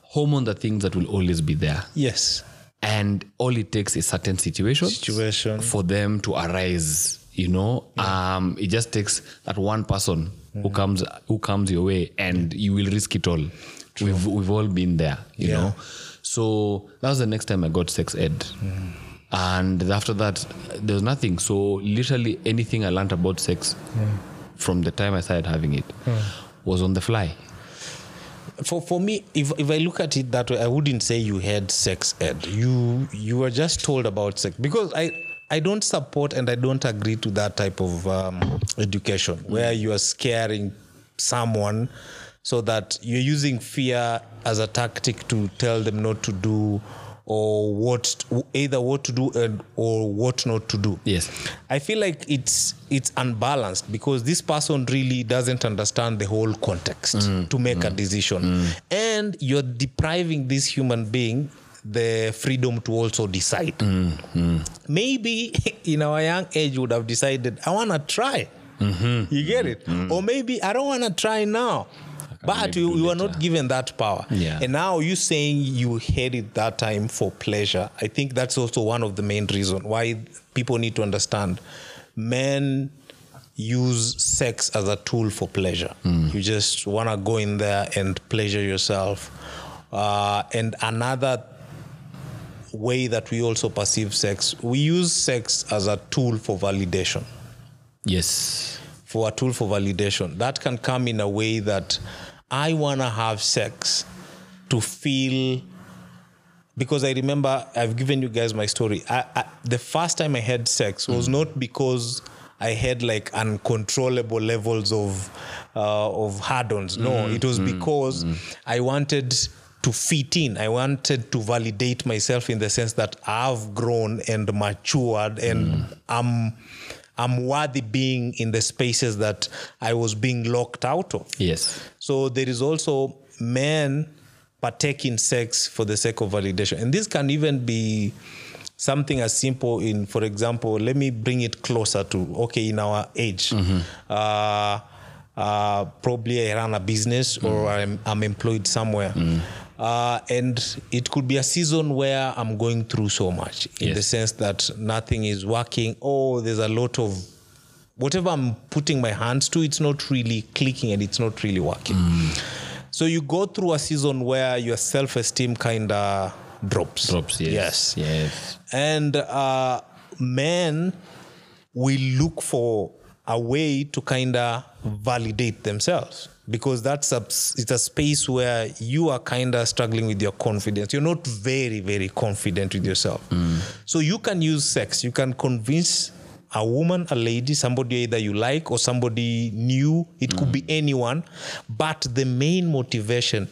S2: hormones are things that will always be there
S1: yes.
S2: and all it takes is certain situations
S1: Situation.
S2: for them to arise you know um it just takes that one person who comes who comes your way and you will risk it all we've we've all been there you know so that was the next time i got sex ed and after that there was nothing so literally anything i learned about sex from the time i started having it was on the fly
S1: for for me if if i look at it that way i wouldn't say you had sex ed you you were just told about sex because i i don't support and i don't agree to that type of um, education where you are scaring someone so that you're using fear as a tactic to tell them not to do or what either what to do and or what not to do
S2: Yes.
S1: I feel like it's it's unbalanced because this person really doesn't understand the whole context
S2: Mm,
S1: to make a decision, and you're depriving this human being the freedom to also decide.
S2: Mm,
S1: Maybe in our young age you would have decided I want to try.
S2: Mm-hmm.
S1: You get it, or maybe I don't want to try now. But
S2: maybe
S1: you,
S2: do
S1: you are
S2: later.
S1: not given that power.
S2: Yeah.
S1: And now you saying you had it that time for pleasure. I think that's also one of the main reason why people need to understand men use sex as a tool for pleasure. You just want to go in there and pleasure yourself. Uh, and another way that we also perceive sex, we use sex as a tool for validation
S2: yes
S1: for a tool for validation. That can come in a way that I want to have sex to feel. Because I remember I've given you guys my story. I, I, the first time I had sex was not because I had like uncontrollable levels of uh, of hard-ons. No, it was because I wanted to fit in. I wanted to validate myself in the sense that I've grown and matured and I'm I'm worthy being in the spaces that I was being locked out of.
S2: yes
S1: So there is also men partake in sex for the sake of validation. And this can even be something as simple in, for example, let me bring it closer to, okay, in our age. Uh, uh, probably I run a business or I'm, I'm employed somewhere. Uh, and it could be a season where I'm going through so much in the
S2: Yes.
S1: sense that nothing is working. Oh, there's a lot of whatever I'm putting my hands to, it's not really clicking and it's not really working. So you go through a season where your self esteem kind of drops.
S2: Drops,
S1: Yes.
S2: yes. Yes.
S1: And uh, men will look for a way to kind of validate themselves because that's a it's a space where you are kind of struggling with your confidence you're not very very confident with yourself so you can use sex you can convince a woman a lady somebody either you like or somebody new it could be anyone but the main motivation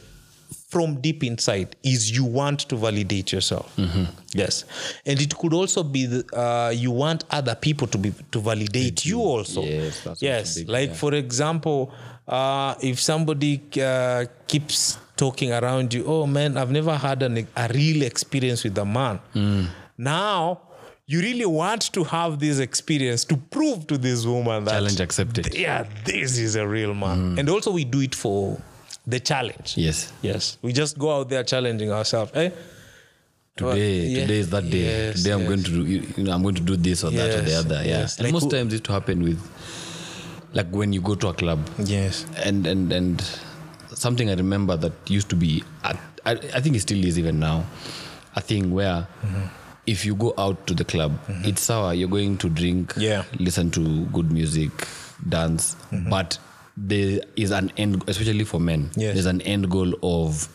S1: from deep inside is you want to validate yourself.
S2: Mm-hmm.
S1: Yes, and it could also be the, uh, you want other people to be to validate you also.
S2: Yes, that's also
S1: yes.
S2: big,
S1: Like
S2: yeah.
S1: for example, uh, if somebody uh, keeps talking around you, oh man, I've never had an, a real experience with a man.
S2: Mm.
S1: Now. You really want to have this experience to prove to this woman that
S2: Challenge accepted. Mm.
S1: Yeah, this is a real man. And also, we do it for the challenge.
S2: Yes.
S1: Yes. We just go out there challenging ourselves. Eh? Well,
S2: Today,
S1: yeah.
S2: today is that day.
S1: Yes,
S2: today I'm
S1: yes.
S2: going to do, you know, I'm going to do this or that or the
S1: Yes,
S2: other. Yeah.
S1: yes.
S2: And
S1: Like
S2: most
S1: who-
S2: times it happen with, like when you go to a club,
S1: Yes.
S2: and and and something I remember that used to be, I, I, I think it still is even now, a thing where
S1: Mm-hmm.
S2: if you go out to the club, it's our you're going to drink,
S1: Yeah. Mm-hmm.
S2: listen to good music, dance, but there is an end, especially for men.
S1: Yes.
S2: There's an end goal of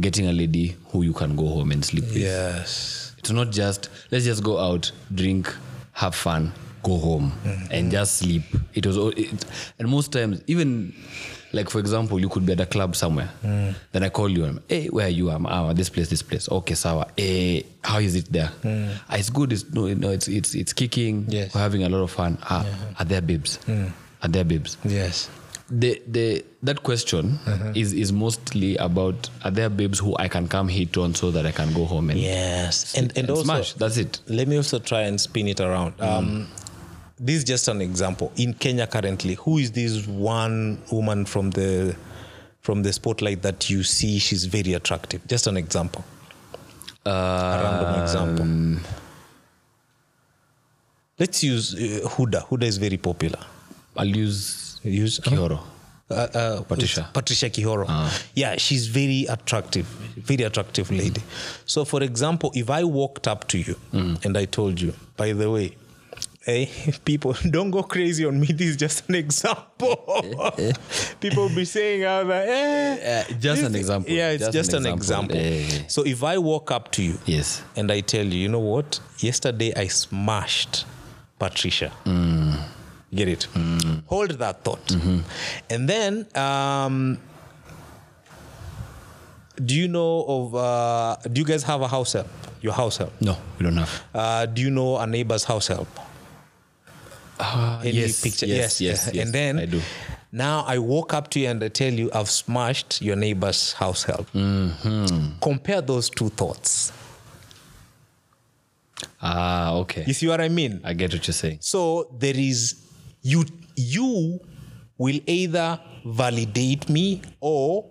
S2: getting a lady who you can go home and sleep with.
S1: Yes.
S2: It's not just let's just go out, drink, have fun, go home,
S1: Mm-hmm.
S2: and just sleep. It was all- it, and most times even like for example, you could be at a club somewhere.
S1: Mm.
S2: Then I call you and hey, where are you? I'm ah, this place, this place. Okay, sawa. Hey, how is it there? Ah, it's good. It's no, no, it's it's it's kicking.
S1: Mm. Yes. Mm.
S2: We're having a lot of fun. Ah, are there babes? Are there babes?
S1: Yes.
S2: the the that question
S1: Uh-huh.
S2: is is mostly about are there babes who I can come hit on so that I can go home and
S1: Yes. And and,
S2: and
S1: also
S2: smash. That's it.
S1: let me also try and spin it around. Um this is just an example. In Kenya currently, who is this one woman from the from the spotlight that you see she's very attractive? Just an example. a random example. Let's use uh, Huda. Huda is very popular.
S2: I'll use
S1: Use
S2: Kioro.
S1: uh, uh,
S2: Patricia. Ah.
S1: Patricia Kihoro. Yeah, she's very attractive, very attractive lady. So, for example, if I walked up to you
S2: Mm.
S1: and I told you, by the way, hey, people, don't go crazy on me. This is just an example.
S2: Eh,
S1: people be saying, "Ah, but, eh,
S2: Uh, just
S1: this-
S2: an example.
S1: Yeah, it's just, an, example.
S2: Eh.
S1: So, if I walk up to you,
S2: Yes.
S1: and I tell you, you know what? Yesterday I smashed Patricia. Get it? Hold that thought. And then, um, do you know of, uh, do you guys have a house help? Your house help?
S2: No, we don't have.
S1: Uh, do you know a neighbor's house help? Ah, Any
S2: yes,
S1: picture?
S2: yes, yes, yes,
S1: And then
S2: I do.
S1: Now I walk up to you and I tell you I've smashed your neighbor's house help.
S2: Mm-hmm.
S1: Compare those two thoughts.
S2: Ah, okay.
S1: You see what I mean?
S2: I get what you're saying.
S1: So there is you you will either validate me or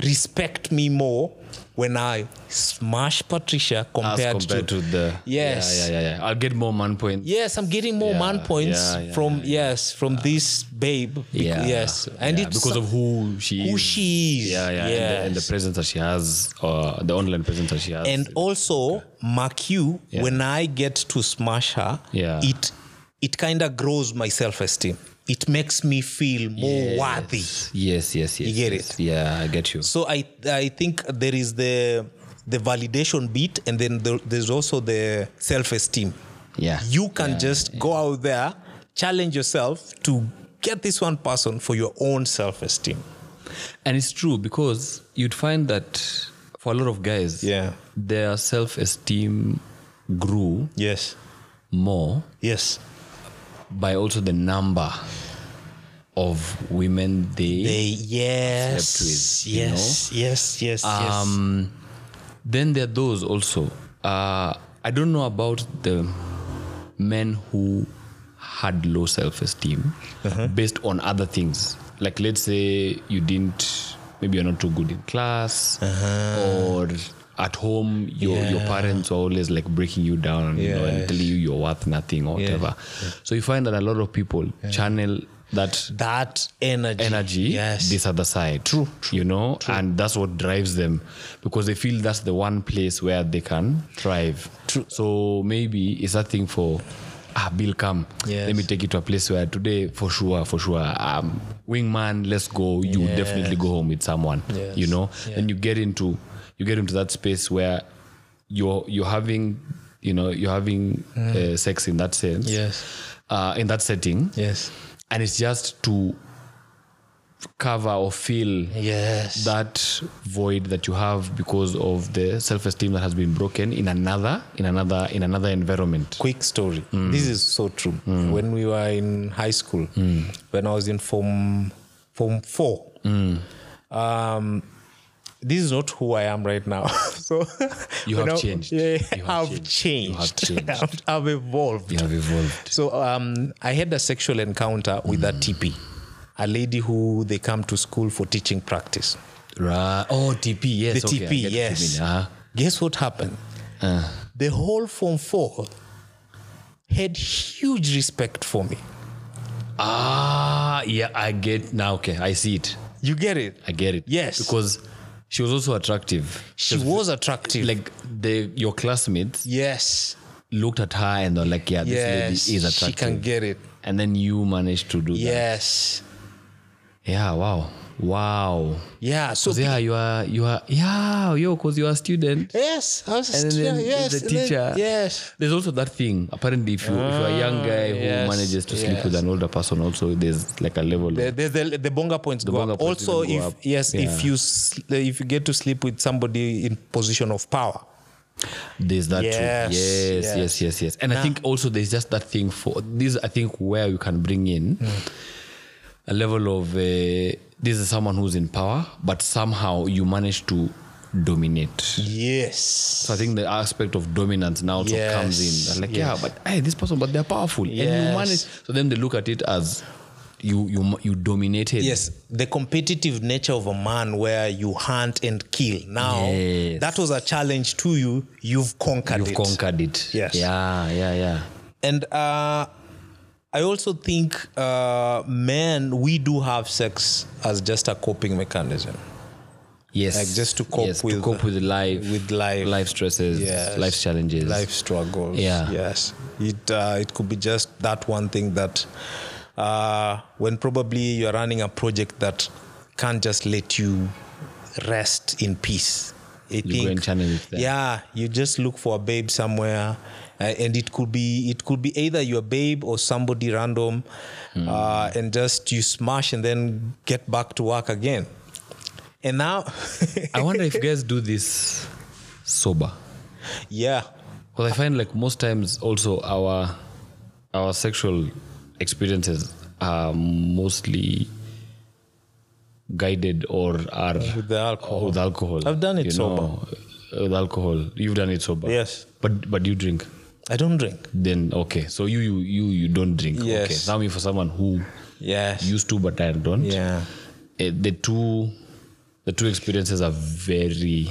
S1: respect me more when I smash Patricia
S2: As
S1: compared,
S2: compared
S1: to,
S2: to, the
S1: Yes.
S2: yeah, yeah, yeah, yeah. I'll get more man points.
S1: Yes, I'm getting more
S2: Yeah,
S1: man points
S2: yeah, yeah,
S1: from
S2: yeah,
S1: yes, from this babe. bec-
S2: Yeah.
S1: Yes. And
S2: Yeah,
S1: it's
S2: because of who she
S1: who
S2: is.
S1: she is.
S2: Yeah, yeah, and, the, and the
S1: Yes.
S2: presence that she has, uh, the online presence that she has.
S1: and also mark you
S2: Yeah.
S1: when i get to smash her
S2: Yeah.
S1: it it kind of grows my self-esteem it makes me feel more worthy
S2: Yes, yes, yes. You
S1: get it?
S2: Yeah, I get you.
S1: so i i think there is the the validation bit and then there, there's also the self-esteem
S2: Yeah.
S1: you can just go out there challenge yourself to get this one person for your own self-esteem
S2: And it's true because you'd find that for a lot of guys,
S1: Yeah.
S2: their self esteem grew
S1: yes
S2: more
S1: yes
S2: by also the number of women they,
S1: They yes,
S2: with, you
S1: yes, yes, yes, yes.
S2: um then there are those also uh i don't know about the men who had low self-esteem based on other things like let's say you didn't maybe you're not too good in class or at home your your parents are always like breaking you down and, you know, and telling you you're worth nothing or whatever so you find that a lot of people channel that
S1: That energy.
S2: energy
S1: Yes.
S2: this other side true, you know and that's what drives them because they feel that's the one place where they can thrive true so maybe it's a thing for ah bill come
S1: Yes.
S2: let me take you to a place where today for sure for sure um wingman let's go you would definitely go home with someone
S1: Yes.
S2: you know and you get into you get into that space where you're you're having you know you're having uh, sex in that sense
S1: Yes.
S2: uh, in that setting
S1: yes.
S2: and it's just to cover or fill
S1: Yes.
S2: that void that you have because of the self-esteem that has been broken in another in another in another environment
S1: quick story.
S2: Mm.
S1: This is so true. When we were in high school,
S2: Mm.
S1: when I was in form form four,
S2: Mm.
S1: um, this is not who I am right now. so
S2: You
S1: when
S2: have
S1: I-
S2: changed.
S1: Yeah,
S2: You have
S1: I've
S2: changed. You have
S1: changed.
S2: changed.
S1: I've- I've evolved.
S2: you have evolved
S1: So um, I had a sexual encounter with
S2: Mm.
S1: a TP, a lady who they come to school for teaching practice.
S2: right oh tp yes
S1: The
S2: okay,
S1: TP,
S2: I get what you
S1: yes.
S2: mean. Uh-huh.
S1: Guess what happened?
S2: Uh.
S1: The whole form four had huge respect for me.
S2: ah yeah i get now okay i see it
S1: You get it?
S2: i get it
S1: Yes.
S2: because she was also attractive
S1: she was attractive.
S2: like the your classmates
S1: yes,
S2: looked at her and they're like yeah this
S1: yes,
S2: lady is attractive
S1: she can get it.
S2: and then you managed to do that
S1: Yes,
S2: Yeah, wow. Wow.
S1: yeah. So
S2: Because yeah, you are you are yeah, yo, because you are a student.
S1: yes, I was a
S2: And then
S1: student, yes,
S2: the
S1: and then-
S2: teacher.
S1: yes,
S2: There's also that thing. Apparently, if, you, if you're a young guy who
S1: Ah, yes,
S2: manages to sleep with
S1: yes.
S2: an older person, also there's like a level.
S1: the, the, the, the bonga points go
S2: bonga
S1: up.
S2: points
S1: also,
S2: even
S1: if
S2: go up.
S1: yes, if
S2: Yeah.
S1: you s- if you get to sleep with somebody in position of power,
S2: there's that too.
S1: Yes,
S2: Yes, yes,
S1: yes.
S2: yes, yes, And I think also there's just that thing for this. I think where you can bring in
S1: Hmm.
S2: a level of uh, this is someone who's in power, but somehow you manage to dominate.
S1: yes,
S2: So I think the aspect of dominance now also
S1: Yes.
S2: comes in. They're like, yeah, but hey, this person, but they're powerful, and
S1: Yes.
S2: you manage. So then they look at it as you you you dominated.
S1: yes the competitive nature of a man where you hunt and kill now
S2: Yes.
S1: that was a challenge to you you've conquered
S2: you've
S1: it
S2: conquered it.
S1: Yes.
S2: Yeah, yeah, yeah.
S1: and uh, I also think uh, men we do have sex as just a coping mechanism.
S2: Yes.
S1: Like just to cope
S2: yes,
S1: with-
S2: to cope with life,
S1: with life.
S2: life stresses,
S1: Yes.
S2: life challenges,
S1: life struggles.
S2: Yeah.
S1: Yes. It uh, it could be just that one thing that uh, when probably you're running a project that can't just let you rest in peace. I
S2: go and channel it there.
S1: Yeah, you just look for a babe somewhere, uh, and it could be it could be either your babe or somebody random,
S2: Hmm.
S1: uh, and just you smash and then get back to work again. And now,
S2: I wonder if guys do this sober.
S1: yeah,
S2: Because I find like most times also our our sexual experiences are mostly guided or are
S1: With the alcohol.
S2: with Oh, alcohol.
S1: I've done it
S2: you
S1: sober.
S2: know, with alcohol, you've done it sober.
S1: Yes.
S2: But but you drink.
S1: I don't drink.
S2: Then okay, so you you you, you don't drink. Okay,
S1: Yes.
S2: now me for someone who
S1: Yes.
S2: used to but I don't.
S1: yeah.
S2: eh, the two the two experiences are very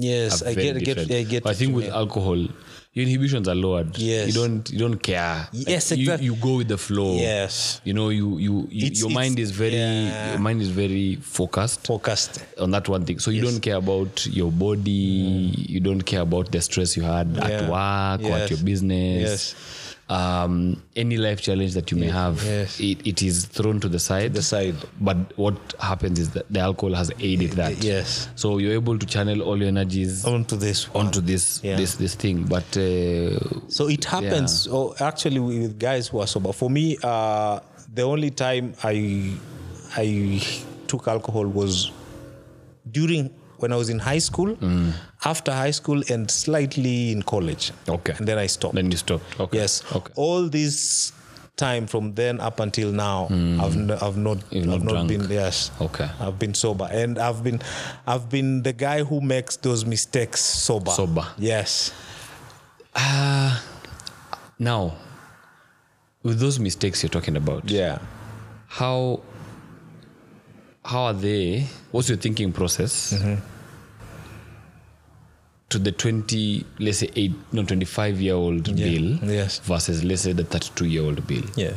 S1: Yes,
S2: are
S1: I
S2: very
S1: get, get,
S2: different.
S1: I get.
S2: But I
S1: what
S2: think
S1: you
S2: with
S1: mean.
S2: alcohol, your inhibitions are lowered.
S1: Yes.
S2: You don't you don't care.
S1: Yes,
S2: you,
S1: exact-
S2: you go with the flow.
S1: Yes.
S2: You know, you you, you
S1: It's-
S2: your
S1: it's-
S2: mind is very
S1: yeah.
S2: your mind is very focused
S1: focused.
S2: on that one thing. So you don't care about your body, you don't care about the stress you had at
S1: Mm. Yeah.
S2: work or
S1: Yes.
S2: at your business.
S1: Yes.
S2: Um, any life challenge that you may have,
S1: yes.
S2: it, it is thrown to the side.
S1: The side.
S2: But what happens is that the alcohol has aided that.
S1: yes.
S2: So you're able to channel all your energies
S1: Onto this one.
S2: onto this
S1: Yeah.
S2: this this thing. But uh,
S1: So it happens. Oh, actually, with guys who are sober. For me, uh, the only time I I took alcohol was during when I was in high school,
S2: Mm.
S1: after high school, and slightly in college.
S2: Okay.
S1: And then I stopped.
S2: then you stop. Okay.
S1: Yes.
S2: Okay.
S1: All these time from then up until now I've, n- I've not
S2: Mm. You've
S1: I've
S2: not
S1: not
S2: drunk.
S1: been yes
S2: Okay.
S1: I've been sober and I've been I've been the guy who makes those mistakes sober
S2: Sober.
S1: yes
S2: Uh, Now, with those mistakes you're talking about,
S1: yeah
S2: how how are they? What's your thinking process?
S1: Mm-hmm.
S2: To the twenty, let's say eight, no, twenty-five year old Bill
S1: yes.
S2: versus let's say the thirty-two year old Bill.
S1: Yeah.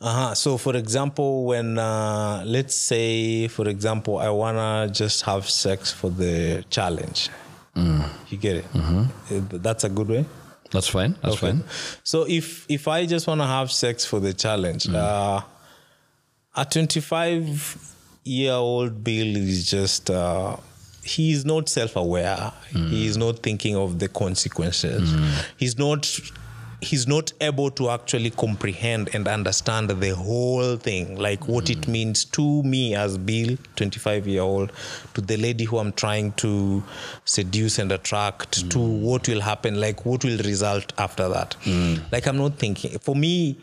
S1: Uh-huh. So for example, when uh, let's say for example I wanna just have sex for the challenge.
S2: Mm.
S1: You get it? Uh, That's a good way.
S2: That's fine. That's Mm-hmm. fine.
S1: So if if I just wanna have sex for the challenge,
S2: Mm.
S1: uh, a 25 year old Bill is just uh, he is not self aware. He is not thinking of the consequences. He's not he's not able to actually comprehend and understand the whole thing like what it means to me as bill 25 year old to the lady who i'm trying to seduce and attract to what will happen like what will result after that like i'm not thinking for me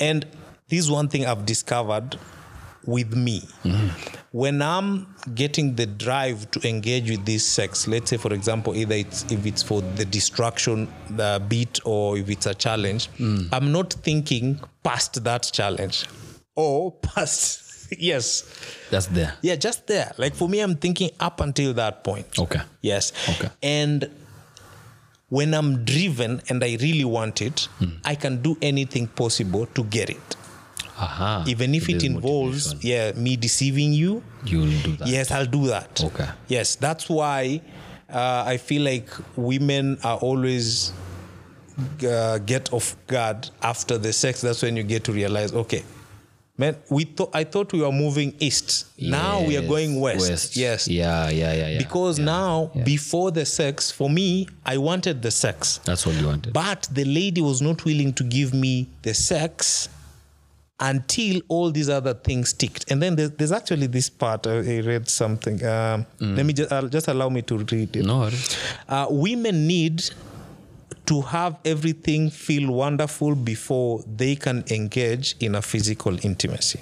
S1: and this is one thing I've discovered with me. When I'm getting the drive to engage with this sex, let's say for example, either it's if it's for the distraction the beat or if it's a challenge, I'm not thinking past that challenge or past yes.
S2: That's there.
S1: Yeah, just there. Like for me, I'm thinking up until that point.
S2: Okay.
S1: Yes.
S2: Okay.
S1: And when I'm driven and I really want it,
S2: Hmm.
S1: I can do anything possible to get it.
S2: Aha.
S1: Even if it
S2: So there's
S1: involves
S2: motivation.
S1: yeah, me deceiving you,
S2: you'll do that.
S1: yes, I'll do that.
S2: Okay.
S1: Yes, that's why uh, I feel like women are always uh, get off guard after the sex. That's when you get to realize, okay, man, we thought I thought we were moving east. Now we are
S2: Yes,
S1: going west. Yes,
S2: Yeah, yeah, yeah, yeah.
S1: because
S2: yeah.
S1: now
S2: yeah.
S1: before the sex for me i wanted the sex
S2: that's what you wanted.
S1: but the lady was not willing to give me the sex until all these other things ticked and then there's, there's actually this part i I read something um,
S2: Mm.
S1: let me just, uh, just allow me to read it
S2: no worries.
S1: uh, women need to have everything feel wonderful before they can engage in a physical intimacy.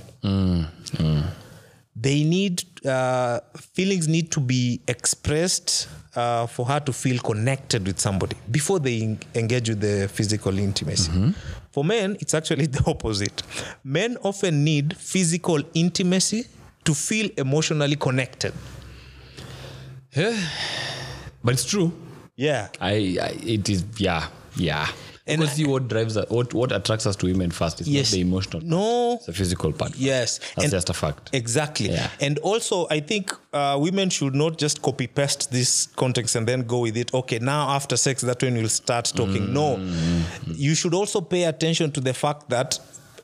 S1: They need uh, feelings need to be expressed uh, for her to feel connected with somebody before they en- engage with the physical intimacy. For men, it's actually the opposite. Men often need physical intimacy to feel emotionally connected.
S2: But it's true.
S1: Yeah.
S2: I, I it is yeah, yeah.
S1: And
S2: because see what drives us, what what attracts us to women first is
S1: Yes.
S2: not the emotional. part.
S1: No.
S2: It's the physical part.
S1: Yes.
S2: That's
S1: And-
S2: just a fact.
S1: Exactly.
S2: Yeah.
S1: And also, I think uh, women should not just copy paste this context and then go with it. Okay, now after sex, that when we'll start talking. No,
S2: Mm-hmm.
S1: you should also pay attention to the fact that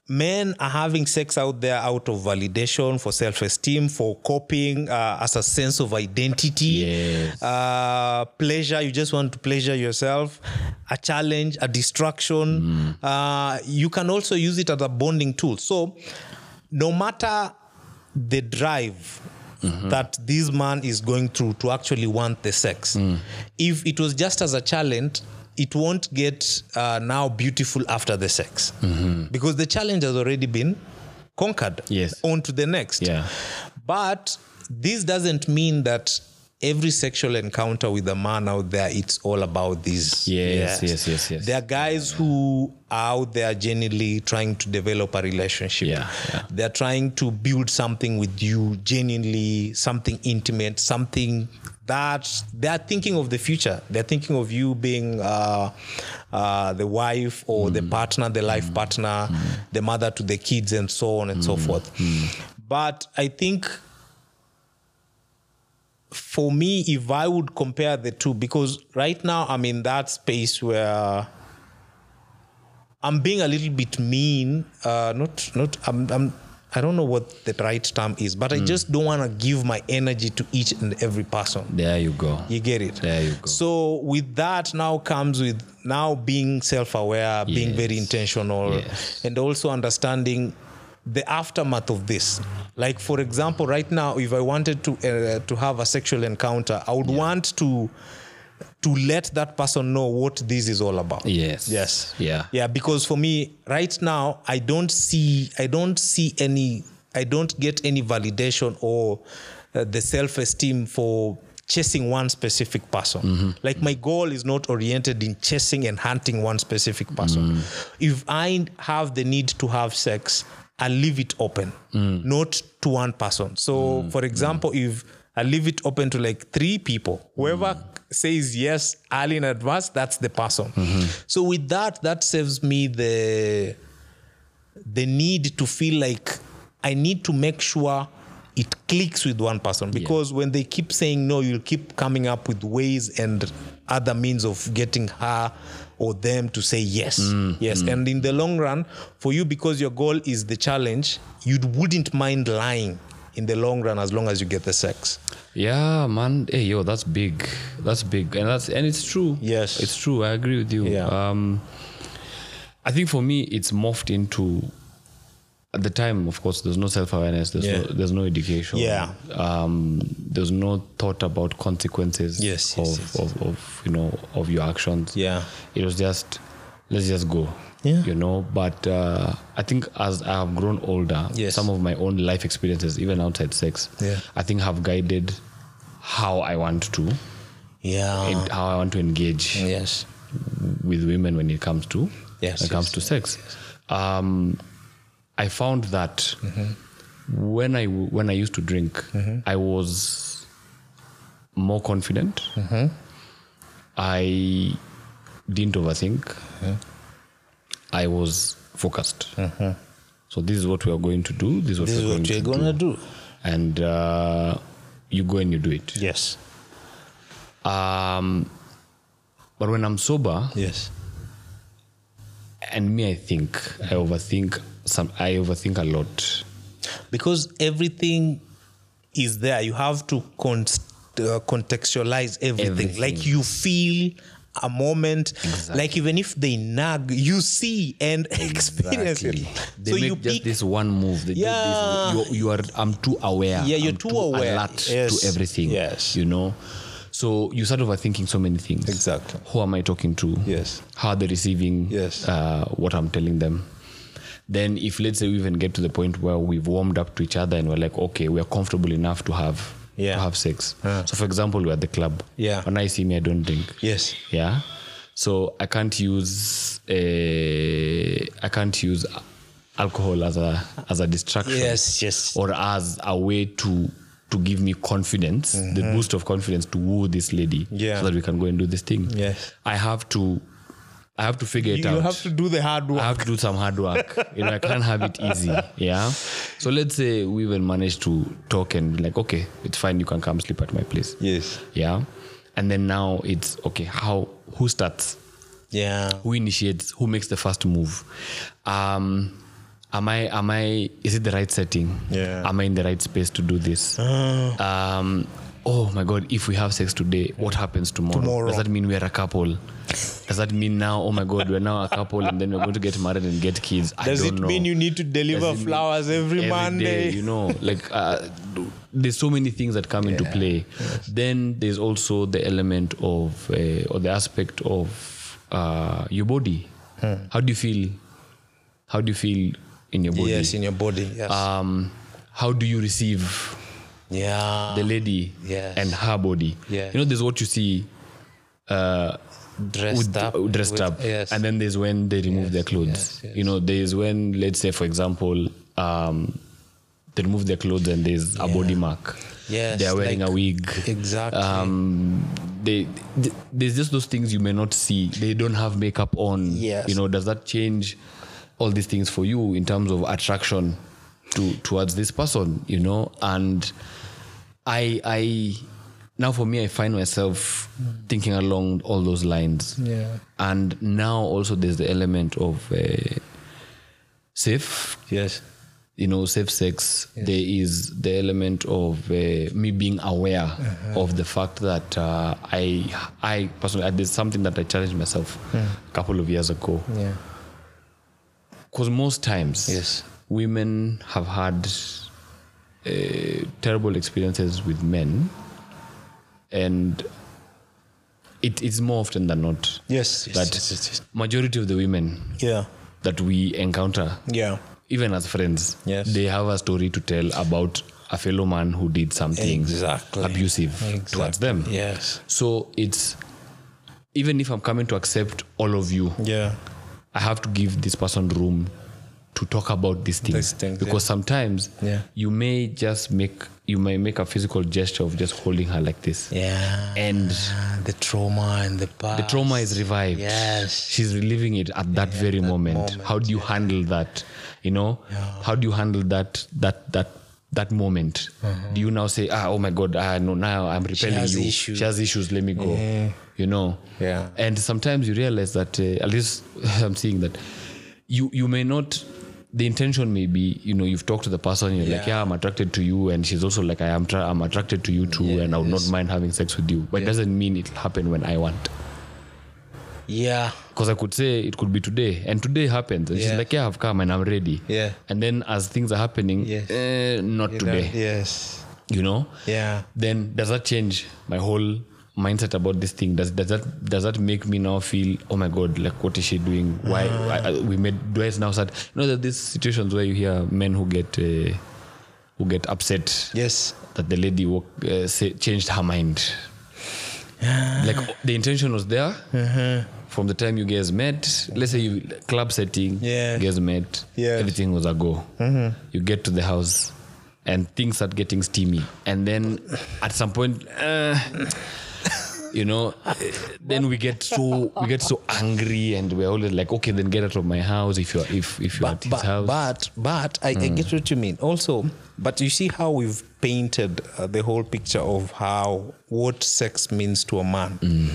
S1: men are having sex out there out of validation, for self esteem, for coping, uh, as a sense of identity,
S2: Yes.
S1: uh, pleasure. You just want to pleasure yourself, a challenge, a
S2: Mm.
S1: distraction. Uh, you can also use it as a bonding tool. So, no matter the drive
S2: Mm-hmm.
S1: that this man is going through to actually want the sex.
S2: Mm.
S1: If it was just as a challenge, it won't get uh, now beautiful after the sex because the challenge has already been conquered.
S2: Mm-hmm. Yes.
S1: On to the next.
S2: Yeah.
S1: But this doesn't mean that every sexual encounter with a man out there it's all about this
S2: Yes, yes, yes, yes.
S1: there are guys who are out there genuinely trying to develop a relationship
S2: Yeah, yeah.
S1: they're trying to build something with you genuinely something intimate something that they're thinking of the future they're thinking of you being uh, uh, the wife or
S2: Mm.
S1: the partner the life partner the mother to the kids and so on and
S2: Mm.
S1: so forth but i think for me, if I would compare the two, because right now I'm in that space where I'm being a little bit mean. Uh, not, not. I'm, I'm. I don't know what the right term is, but I just don't want to give my energy to each and every person.
S2: There you go.
S1: You get it.
S2: There you go.
S1: So with that now comes with now being self-aware, being very
S2: Yes.
S1: intentional,
S2: Yes.
S1: and also understanding the aftermath of this. Like for example, right now, if I wanted to uh, to have a sexual encounter, I would want to to let that person know what this is all about
S2: Yes.
S1: yes
S2: Yeah.
S1: yeah because for me right now i don't see i don't see any i don't get any validation or uh, the self-esteem for chasing one specific person
S2: Mm-hmm.
S1: like my goal is not oriented in chasing and hunting one specific person
S2: Mm.
S1: if i have the need to have sex i leave it open
S2: Mm.
S1: not to one person so for example if i leave it open to like three people whoever
S2: Mm.
S1: says yes early in advance that's the person so with that that saves me the the need to feel like I need to make sure it clicks with one person because when they keep saying no, you'll keep coming up with ways and other means of getting her or them to say yes. yes. And in the long run, for you, because your goal is the challenge, you wouldn't mind lying in the long run as long as you get the sex.
S2: Yeah, man. Hey, yo, that's big. That's big, and that's and it's true.
S1: Yes.
S2: it's true. I agree with you.
S1: Yeah.
S2: Um, I think for me, it's morphed into. At the time, of course, there's no self awareness. There's
S1: Yeah.
S2: no there's no education.
S1: Yeah.
S2: Um, there's no thought about consequences.
S1: Yes,
S2: Of,
S1: yes, yes,
S2: of of you know of your actions.
S1: Yeah.
S2: It was just let's just go.
S1: Yeah.
S2: You know, but uh, I think as I have grown older,
S1: Yes.
S2: some of my own life experiences, even outside sex,
S1: Yeah.
S2: I think have guided how I want to
S1: Yeah.
S2: and how I want to engage
S1: yes.
S2: with women when it comes to
S1: Yes,
S2: when it comes
S1: yes,
S2: to sex. Um, I found that
S1: Mm-hmm.
S2: when I when I used to drink, I was more confident.
S1: Mm-hmm.
S2: I didn't overthink.
S1: Mm-hmm.
S2: I was focused. So this is what we are going to do. This is what
S1: Mm-hmm. This is
S2: we're
S1: what
S2: going
S1: you're going to
S2: to do.
S1: do.
S2: And uh, you go and you do it.
S1: Yes.
S2: Um, but when I'm sober,
S1: Yes.
S2: and me i think i overthink some i overthink a lot
S1: because everything is there you have to con- uh, contextualize everything.
S2: Everything.
S1: like you feel a moment like even if they nag you see and experience
S2: Exactly.
S1: it
S2: they
S1: so
S2: make
S1: you
S2: just
S1: pick
S2: this one move they
S1: Yeah.
S2: do this you, you are i'm too aware
S1: Yeah, you're
S2: I'm
S1: too aware.
S2: alert
S1: Yes.
S2: to everything
S1: Yes.
S2: you know so you start overthinking so many things
S1: Exactly.
S2: who am i talking to
S1: Yes.
S2: how are they receiving
S1: Yes.
S2: uh, what i'm telling them then if let's say we even get to the point where we've warmed up to each other and we're like okay we are comfortable enough to have
S1: Yeah.
S2: to have sex
S1: Yeah.
S2: so for example we're at the club
S1: Yeah.
S2: when i see me i don't drink
S1: yes
S2: yeah so i can't use uh, i can't use alcohol as a as a distraction
S1: Yes, yes.
S2: or as a way to to give me confidence the boost of confidence to woo this lady
S1: Mm-hmm. Yeah.
S2: so that we can go and do this thing
S1: Yes.
S2: i have to i have to figure
S1: you,
S2: it out
S1: you have to do the hard
S2: I
S1: work
S2: have to do some hard work. You know, I can't have it easy. Yeah. So let's say we even manage to talk and be like, okay, it's fine. You can come sleep at my place.
S1: Yes.
S2: Yeah. And then now it's okay. How? Who starts?
S1: yeah
S2: Who initiates? Who makes the first move? Um, am I? Am I? Is it the right setting?
S1: Yeah. Uh-huh.
S2: Am I in the right space to do this? Um. Oh my God! If we have sex today, what happens tomorrow?
S1: Tomorrow.
S2: Does that mean we are a couple? Does that mean now? Oh my God! We're now a couple, and then we're going to get married and get kids. I
S1: does it
S2: don't know
S1: mean you need to
S2: Does
S1: deliver
S2: it mean
S1: flowers every,
S2: every
S1: monday
S2: day, you know like uh, there's so many things that come into play then there's also the element of uh, or the aspect of uh, your body how do you feel how do you feel in your body
S1: yes in your body yes
S2: um, how do you receive
S1: yeah
S2: the lady
S1: yes.
S2: and her body
S1: Yes.
S2: you know there's what you see uh,
S1: dressed
S2: with-
S1: up
S2: dressed
S1: with-
S2: up
S1: yes
S2: and then there's when they remove their clothes
S1: yes, yes.
S2: you know there's when let's say for example um they remove their clothes and there's a body mark
S1: Yes,
S2: they are wearing
S1: like-
S2: a wig
S1: exactly
S2: um they, th there's just those things you may not see they don't have makeup on
S1: Yes.
S2: you know does that change all these things for you in terms of attraction to towards this person you know and i i now for me i find myself thinking along all those lines
S1: Yeah.
S2: and now also there's the element of uh, safe
S1: yes
S2: you know, safe sex, there is the element of uh, me being aware of the fact that uh, I, I personally, I did something that I challenged myself a couple of years ago.
S1: yeah
S2: Because most times,
S1: Yes.
S2: women have had uh, terrible experiences with men, and it, it's more often than not
S1: Yes. yes,
S2: that
S1: yes, yes, yes.
S2: majority of the women
S1: Yeah.
S2: that we encounter
S1: Yeah.
S2: even as friends
S1: Yes.
S2: they have a story to tell about a fellow man who did something
S1: Exactly.
S2: abusive towards
S1: Exactly.
S2: them
S1: Yes.
S2: so it's even if i'm coming to accept all of you
S1: Yeah.
S2: I have to give this person room to talk about these things,
S1: These things,
S2: because sometimes
S1: Yeah.
S2: you may just make you may make a physical gesture of just holding her like this
S1: Yeah.
S2: and
S1: the trauma and the past.
S2: the trauma is revived
S1: Yes.
S2: she's reliving it at that very moment. how do you handle that you know how do you handle that that that that moment do you now say ah oh my god ah no now i'm repelling
S1: has
S2: you
S1: issues.
S2: she has issues let me go you know
S1: Yeah.
S2: and sometimes you realize that uh, at least i'm seeing that you you may not the intention may be you know you've talked to the person you're like yeah i'm attracted to you and she's also like i am tra- i'm attracted to you too and i would not mind having sex with you but it doesn't mean it'll happen when i want
S1: Yeah.
S2: because I could say it could be today, and today happens. And
S1: Yeah.
S2: she's like, "Yeah, I've come and I'm ready."
S1: Yeah.
S2: And then as things are happening,
S1: Yes.
S2: eh, not today.
S1: Yes.
S2: You know.
S1: Yeah.
S2: Then does that change my whole mindset about this thing? Does does that does that make me now feel, oh my god, like what is she doing? Why
S1: Mm.
S2: I, I, we made do I now start? You know, there are these situations where you hear men who get uh, who get upset
S1: Yes.
S2: that the lady walk, uh, say, changed her mind. like o- the intention was there
S1: Uh-huh.
S2: from the time you guys met. Let's say you club setting,
S1: Yeah. Uh-huh.
S2: you guys met,
S1: Yes.
S2: everything was a go. You get to the house, and things start getting steamy, and then at some point. Uh, you know eh, then we get so we get so angry and we're always like okay then get out of my house if you're if if you're at
S1: But
S2: his
S1: but,
S2: house Hmm.
S1: but but I, I get what you mean. Also, but you see how we've painted uh, the whole picture of how what sex means to a man.
S2: Hmm.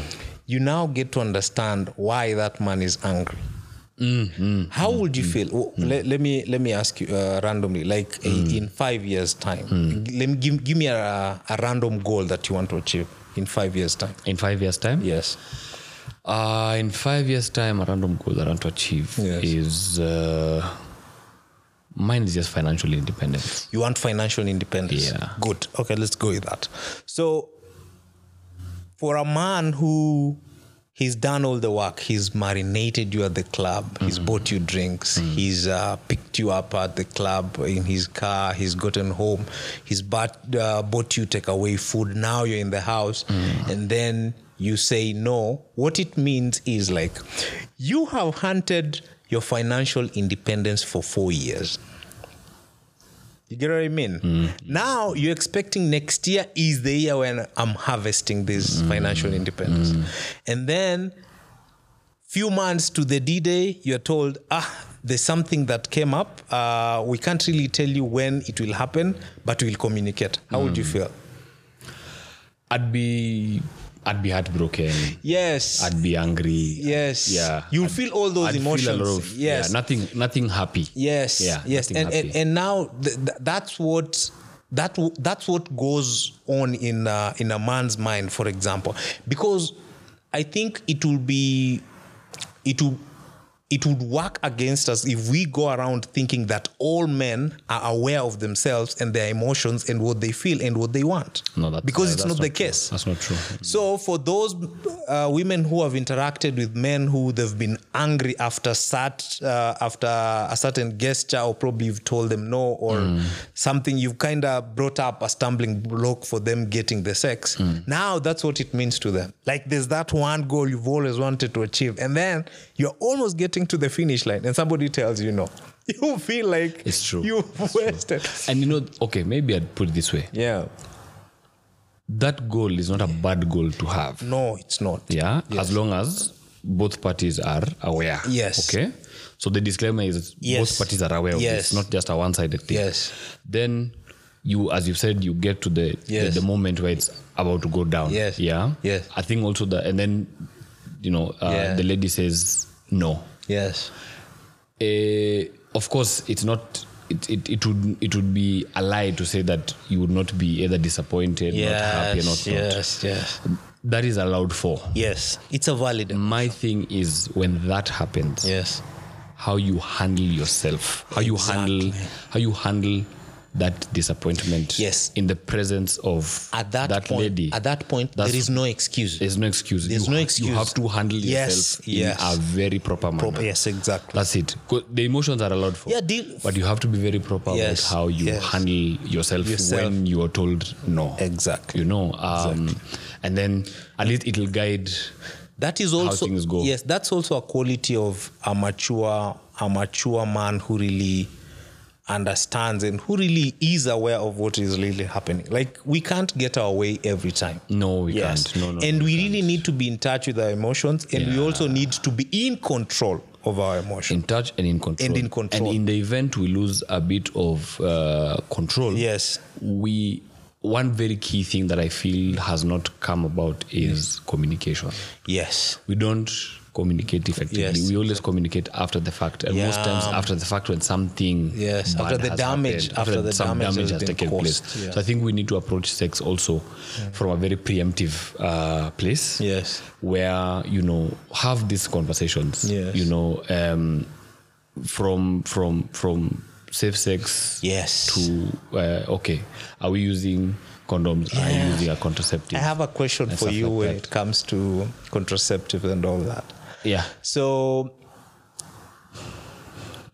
S1: You now get to understand why that man is angry.
S2: Hmm.
S1: how would you feel? W- Let, let me let me ask you uh, randomly, like a-
S2: Hmm.
S1: in five years' time. Let me give, give me a, a random goal that you want to achieve in five years' time.
S2: in five years time
S1: Yes.
S2: Uh, in five years' time, a random goal that I want to achieve
S1: Yes.
S2: is uh, mine is just financial independence.
S1: You want financial independence.
S2: Yeah.
S1: Good. Okay, let's go with that. So, for a man who he's done all the work, he's marinated you at the club, he's bought you drinks, he's uh, picked you up at the club in his car, he's gotten home, he's bought, uh, bought you takeaway food. Now you're in the house, and then you say no. What it means is like you have hunted your financial independence for four years. You get what I mean? Now you're expecting next year is the year when I'm harvesting this financial independence. And then few months to the D-Day, you're told, ah, there's something that came up. Uh, we can't really tell you when it will happen, but we'll communicate. How would you feel?
S2: I'd be I'd be heartbroken.
S1: Yes.
S2: I'd be angry.
S1: yes.
S2: Yeah.
S1: You'll feel all those
S2: I'd feel a
S1: emotions.
S2: lot of-
S1: yes.
S2: Yeah, nothing. Nothing happy.
S1: Yes.
S2: Yeah.
S1: Yes.
S2: nothing
S1: And, and
S2: happy.
S1: and now th- th- that's what that w- that's what goes on in uh, in a man's mind, for example, because I think it will be it will it would work against us if we go around thinking that all men are aware of themselves and their emotions and what they feel and what they want.
S2: no, that's,
S1: because
S2: yeah,
S1: it's
S2: that's
S1: not, the
S2: true.
S1: case.
S2: That's not true.
S1: So for those uh, women who have interacted with men who they've been angry after sat uh, after a certain gesture or probably you've told them no or
S2: Mm.
S1: something you've kind of brought up a stumbling block for them getting the sex.
S2: Mm.
S1: Now that's what it means to them. Like there's that one goal you've always wanted to achieve and then you're almost getting to the finish line and somebody tells you no. You feel like
S2: It's true.
S1: You've wasted.
S2: And you know, okay, maybe I'd put it this way.
S1: Yeah.
S2: That goal is not a bad goal to have.
S1: No, it's not.
S2: Yeah, as long as both parties are aware.
S1: Yes.
S2: Okay. So the disclaimer is
S1: Yes.
S2: both parties are aware of
S1: Yes.
S2: this, not just a one-sided thing.
S1: Yes.
S2: Then you, as you said, you get to the
S1: Yes.
S2: the, the moment where it's about to go down.
S1: Yes.
S2: Yeah.
S1: Yes.
S2: I think also that, and then you know, uh,
S1: Yeah.
S2: the lady says no.
S1: Yes.
S2: Eh, of course, it's not. It, it, it would it would be a lie to say that you would not be either disappointed, not happy, not not.
S1: yes, yes.
S2: That is allowed for.
S1: Yes, it's a valid.
S2: My thing is when that happens,
S1: Yes.
S2: how you handle yourself, how you handle how you handle that disappointment
S1: Yes.
S2: in the presence of
S1: At that, point,
S2: lady
S1: at that point,
S2: That's-
S1: there is no excuse.
S2: there's no excuse
S1: There's
S2: you
S1: no
S2: ha-
S1: excuse.
S2: you have to handle
S1: Yes,
S2: yourself
S1: yes.
S2: in a very proper manner
S1: Proper- Yes, exactly.
S2: that's it 'Cause the emotions are allowed for
S1: Yeah, deal-
S2: but you have to be very proper
S1: Yes,
S2: about how you
S1: yes.
S2: handle yourself,
S1: Yourself.
S2: when you are told no
S1: Exactly.
S2: you know um, and then at least it'll guide
S1: that is also
S2: things go.
S1: yes that's also a quality of a mature a mature man who really understands and who really is aware of what is really happening like we can't get our way every time
S2: no we
S1: yes
S2: can't no no
S1: and we really need to be in touch with our emotions and we also need to be in control of our emotions
S2: in touch and in control
S1: And in control.
S2: and in the event we lose a bit of uh, control
S1: yes
S2: we one very key thing that i feel has not come about is communication
S1: yes
S2: we don't communicate effectively
S1: Yes.
S2: we always communicate after the fact and most
S1: Yeah.
S2: times after the fact when something
S1: Yes,
S2: bad
S1: after the
S2: has
S1: damage-
S2: happened,
S1: after the
S2: some
S1: damage has been
S2: taken
S1: caused,
S2: place
S1: yeah.
S2: so i think we need to approach sex also from a very preemptive uh, place
S1: yes
S2: where you know have these conversations
S1: Yes.
S2: you know um, from from from safe sex
S1: yes
S2: to uh, okay are we using condoms are
S1: Yeah.
S2: you using a contraceptive
S1: i have a question
S2: And
S1: for
S2: stuff
S1: you
S2: like
S1: when
S2: that.
S1: it comes to contraceptives and all that
S2: yeah
S1: So,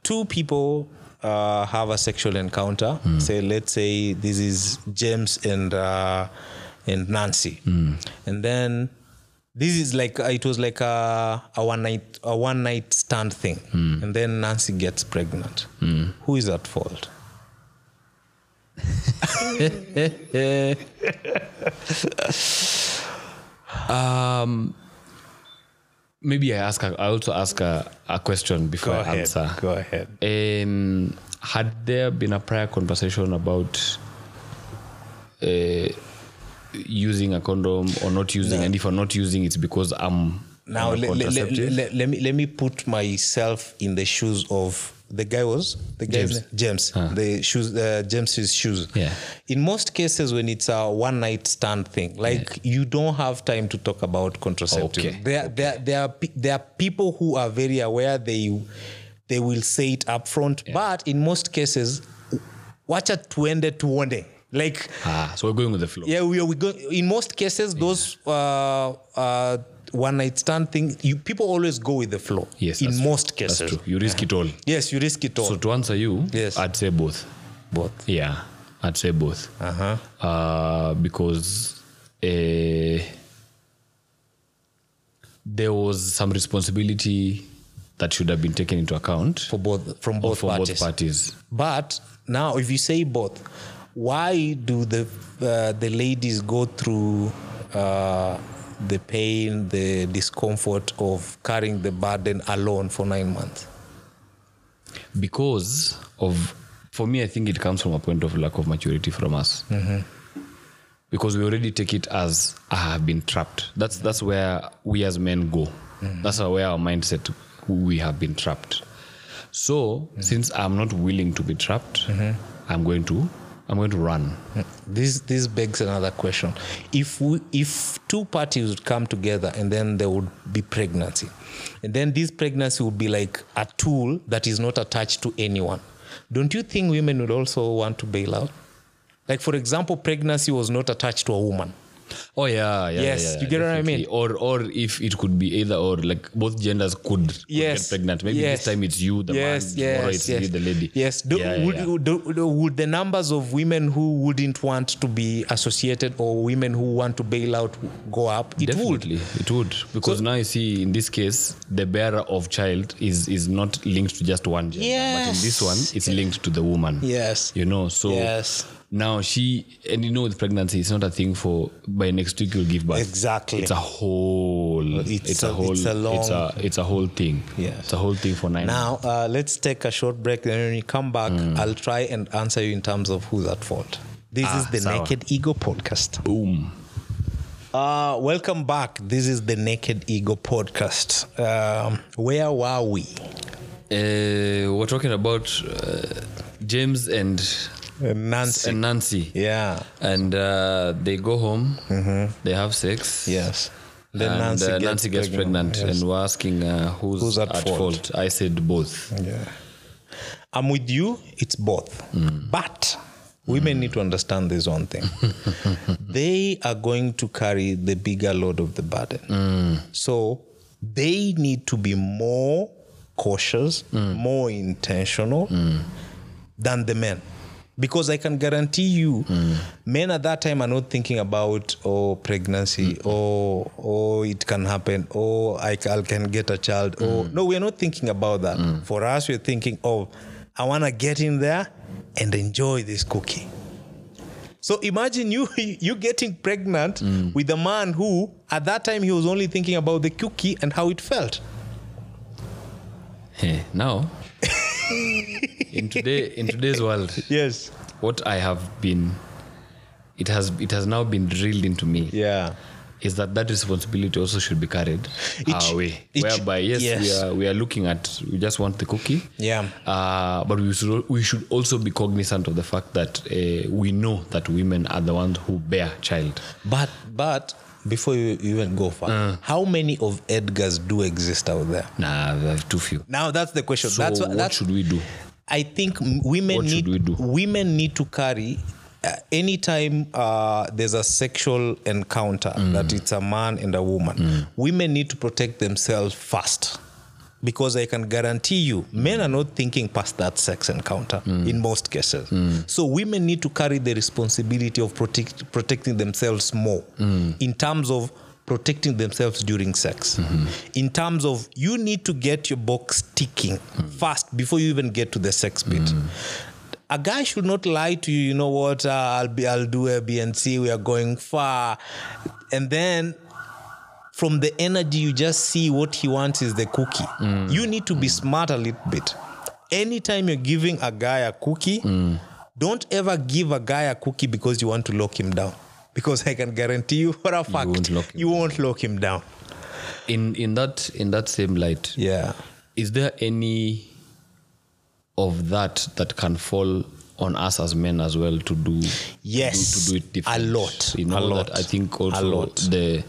S1: two people uh, have a sexual encounter. Say, let's say this is James and uh, and Nancy, and then this is like uh, it was like a, a one night a one night stand thing, and then Nancy gets pregnant. Who is at fault?
S2: Um, maybe i ask a- i also ask a, a question before i answer
S1: Go ahead.
S2: um, had there been a prior conversation about uh, using a condom or not using and if i'm not using it's because i'm
S1: Now
S2: on a
S1: le- le- le-
S2: contraceptive?
S1: le- let me let me put myself in the shoes of the guy was the guy
S2: James.
S1: James,
S2: Ah.
S1: James the shoes uh, James's shoes.
S2: Yeah.
S1: In most cases, when it's a one night stand thing, like you don't have time to talk about contraceptive.
S2: Okay.
S1: There, there, there are pe- there are people who are very aware. They they will say it up front, but in most cases, wacha tuende tuone. Like
S2: ah, so we're going with the flow
S1: yeah, we are. We go, in most cases, those uh, uh, one night stand thing, you, people always go with the flow.
S2: Yes,
S1: in
S2: that's true.
S1: most
S2: that's
S1: cases,
S2: true you risk it all
S1: yes, you risk it all.
S2: so to answer you
S1: Yes.
S2: i'd say both
S1: both.
S2: Yeah, I'd say both.
S1: Uh-huh.
S2: Uh, because uh, there was some responsibility that should have been taken into account
S1: For both, from
S2: for
S1: both parties.
S2: both parties.
S1: But now, if you say both, why do the uh, the ladies go through uh, the pain, the discomfort of carrying the burden alone for nine months?
S2: Because of, for me, I think it comes from a point of lack of maturity from us. Because we already take it as I have been trapped. That's that's where we as men go. That's where our mindset we have been trapped. So since I'm not willing to be trapped, I'm going to I'm going to run.
S1: this this begs another question if we if two parties would come together and then there would be pregnancy and then this pregnancy would be like a tool that is not attached to anyone don't you think women would also want to bail out like for example pregnancy was not attached to a woman
S2: Oh yeah, yeah.
S1: Yes,
S2: yeah, yeah,
S1: you get what I mean?
S2: definitely. Or or if it could be either or, like both genders could, could
S1: Yes.
S2: get pregnant. Maybe
S1: yes.
S2: this time it's you, the man. Tomorrow it's you, the lady.
S1: Yes. Do,
S2: Yeah, yeah,
S1: would,
S2: yeah.
S1: do- do- would the numbers of women who wouldn't want to be associated or women who want to bail out go up? It would.
S2: Definitely, it would because now you see in this case the bearer of child is is not linked to just one gender, but in this one it's linked to the woman.
S1: Yes.
S2: you know. So
S1: Yes.
S2: now she and you know with pregnancy it's not a thing for by next week you'll give birth.
S1: Exactly.
S2: it's a whole.
S1: It's
S2: It's,
S1: a-
S2: a, whole.
S1: it's a
S2: It's a, it's a whole thing.
S1: Yes.
S2: it's a whole thing for nine.
S1: Now, uh, let's take a short break. Then when you come back,
S2: Hmm.
S1: I'll try and answer you in terms of who's at fault. This is
S2: Ah,
S1: the
S2: sawa.
S1: Naked Ego podcast.
S2: boom.
S1: Uh, welcome back. This is the Naked Ego podcast. Um, where were we?
S2: Uh, we're talking about uh, James and
S1: Nancy.
S2: and Nancy.
S1: yeah.
S2: and uh, they go home. They have sex.
S1: Mm-hmm. Yes. Then
S2: Then and, Nancy, uh, gets, Nancy gets pregnant,
S1: Yes.
S2: and we're asking uh, who's,
S1: Who's at
S2: at,
S1: fault? Mm.
S2: fault? I said both.
S1: Yeah. I'm with you. It's both. But Women need to understand this one thing. they are going to carry the bigger load of the burden. So they need to be more cautious, more intentional than the men. Because I can guarantee you, men at that time are not thinking about oh pregnancy, or oh it can happen, or I ca- I can get a child. Or no, we are not thinking about that. For us, we're thinking, oh, I wanna get in there and enjoy this cookie. So imagine you you getting pregnant with a man who at that time he was only thinking about the cookie and how it felt.
S2: Eh, now in today in today's world
S1: Yes.
S2: what i have been it has it has now been drilled into me
S1: Yeah.
S2: is that that responsibility also should be carried
S1: It
S2: our
S1: sh-
S2: way
S1: it sh-
S2: whereby yes,
S1: yes.
S2: we are we are looking at we just want the cookie
S1: Yeah.
S2: uh, but we should al- we should also be cognizant of the fact that uh, we know that women are the ones who bear child
S1: But but before you you even go far,
S2: Uh.
S1: how many of Edgar's do exist out there?
S2: nah there are too few
S1: Now that's the question.
S2: so
S1: that's
S2: what
S1: that's
S2: should we do
S1: I think m- women
S2: What should
S1: need
S2: we do?
S1: women need to carry uh, anytime uh, there's a sexual encounter that it's a man and a woman. Women need to protect themselves first. Because I can guarantee you, men are not thinking past that sex encounter in most cases. So women need to carry the responsibility of protect, protecting themselves more in terms of protecting themselves during sex. In terms of you need to get your box ticking fast before you even get to the sex bit. A guy should not lie to you. You know what? Uh, I'll be. I'll do A, B, and C. We are going far, and then from the energy you just see what he wants is the cookie
S2: Mm.
S1: you need to be smart a little bit anytime you're giving a guy a cookie
S2: Mm.
S1: don't ever give a guy a cookie because you want to lock him down because i can guarantee you for a fact you
S2: won't lock him
S1: won't lock him down
S2: in in that in that same light
S1: yeah
S2: is there any of that that can fall on us as men as well to do
S1: Yes,
S2: to, do- to do it
S1: a
S2: different
S1: lot,
S2: you know
S1: a lot,
S2: that i think also
S1: a lot.
S2: the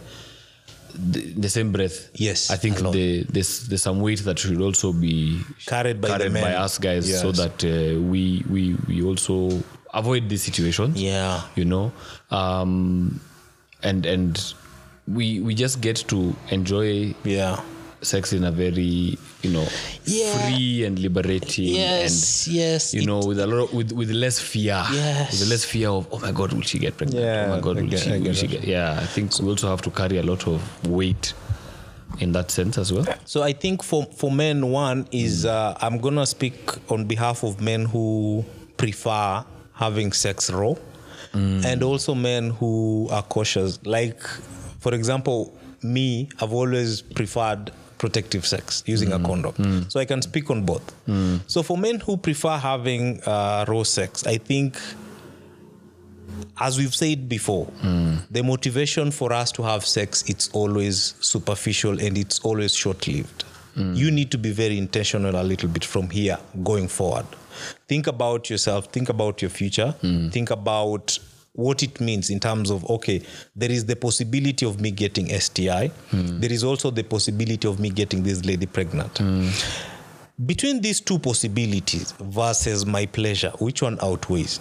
S2: the, the same breath
S1: Yes,
S2: i think
S1: a lot.
S2: the, there's there's some weight that should also be
S1: Carried by the
S2: carried
S1: men.
S2: by us guys so
S1: Yes.
S2: that uh, we we we also avoid these situations
S1: Yeah.
S2: you know um and and we we just get to enjoy
S1: yeah
S2: sex in a very you know
S1: Yeah.
S2: free and liberating and
S1: yes yes
S2: you
S1: it-
S2: know with a lot of, with with less fear
S1: Yes.
S2: with less fear of oh my god will she get pregnant
S1: Yeah,
S2: oh my god
S1: I
S2: will,
S1: get-
S2: she,
S1: I
S2: will
S1: get
S2: she
S1: that.
S2: get yeah i think we also have to carry a lot of weight in that sense as well
S1: So I think for for men, one is uh, I'm gonna speak on behalf of men who prefer having sex raw, and also men who are cautious. Like, for example, me, I've always preferred protective sex using a condom. So I can speak on both. So for men who prefer having uh, raw sex, I think as we've said before, the motivation for us to have sex it's always superficial and it's always short-lived. You need to be very intentional a little bit from here going forward. Think about yourself, think about your future, think about what it means in terms of okay, there is the possibility of me getting STI. There is also the possibility of me getting this lady pregnant. Between these two possibilities versus my pleasure, which one outweighs?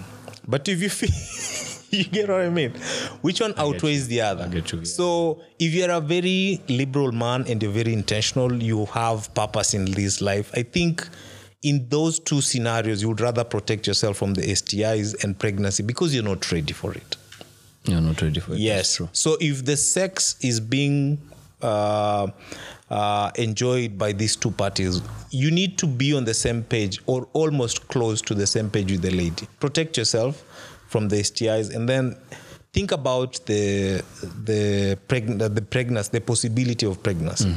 S1: But if you feel, you get what I mean? Which one outweighs the other?
S2: get you, yeah.
S1: So if you're a very liberal man and you're very intentional, you have purpose in this life. I think in those two scenarios, you would rather protect yourself from the STIs and pregnancy because you're not ready for it.
S2: you're not ready for it
S1: Yes. So if the sex is being uh, uh, enjoyed by these two parties, you need to be on the same page or almost close to the same page with the lady. Protect yourself from the STIs, and then think about the the preg- the pregnancy, the possibility of pregnancy.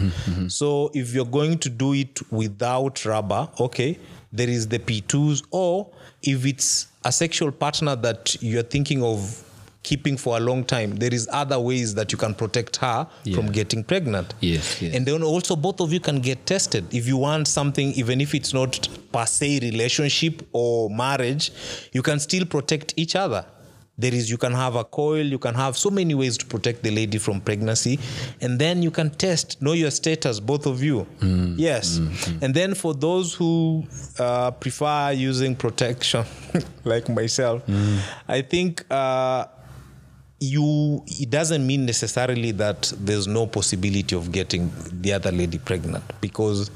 S1: So if you're going to do it without rubber, okay, there is the P2s, or if it's a sexual partner that you're thinking of keeping for a long time there is other ways that you can protect her from getting pregnant
S2: Yes, yes.
S1: and then also both of you can get tested if you want something even if it's not per se relationship or marriage you can still protect each other there is you can have a coil you can have so many ways to protect the lady from pregnancy and then you can test know your status both of you
S2: Mm.
S1: yes and then for those who uh, prefer using protection like myself
S2: Mm.
S1: i think uh, you it doesn't mean necessarily that there's no possibility of getting the other lady pregnant because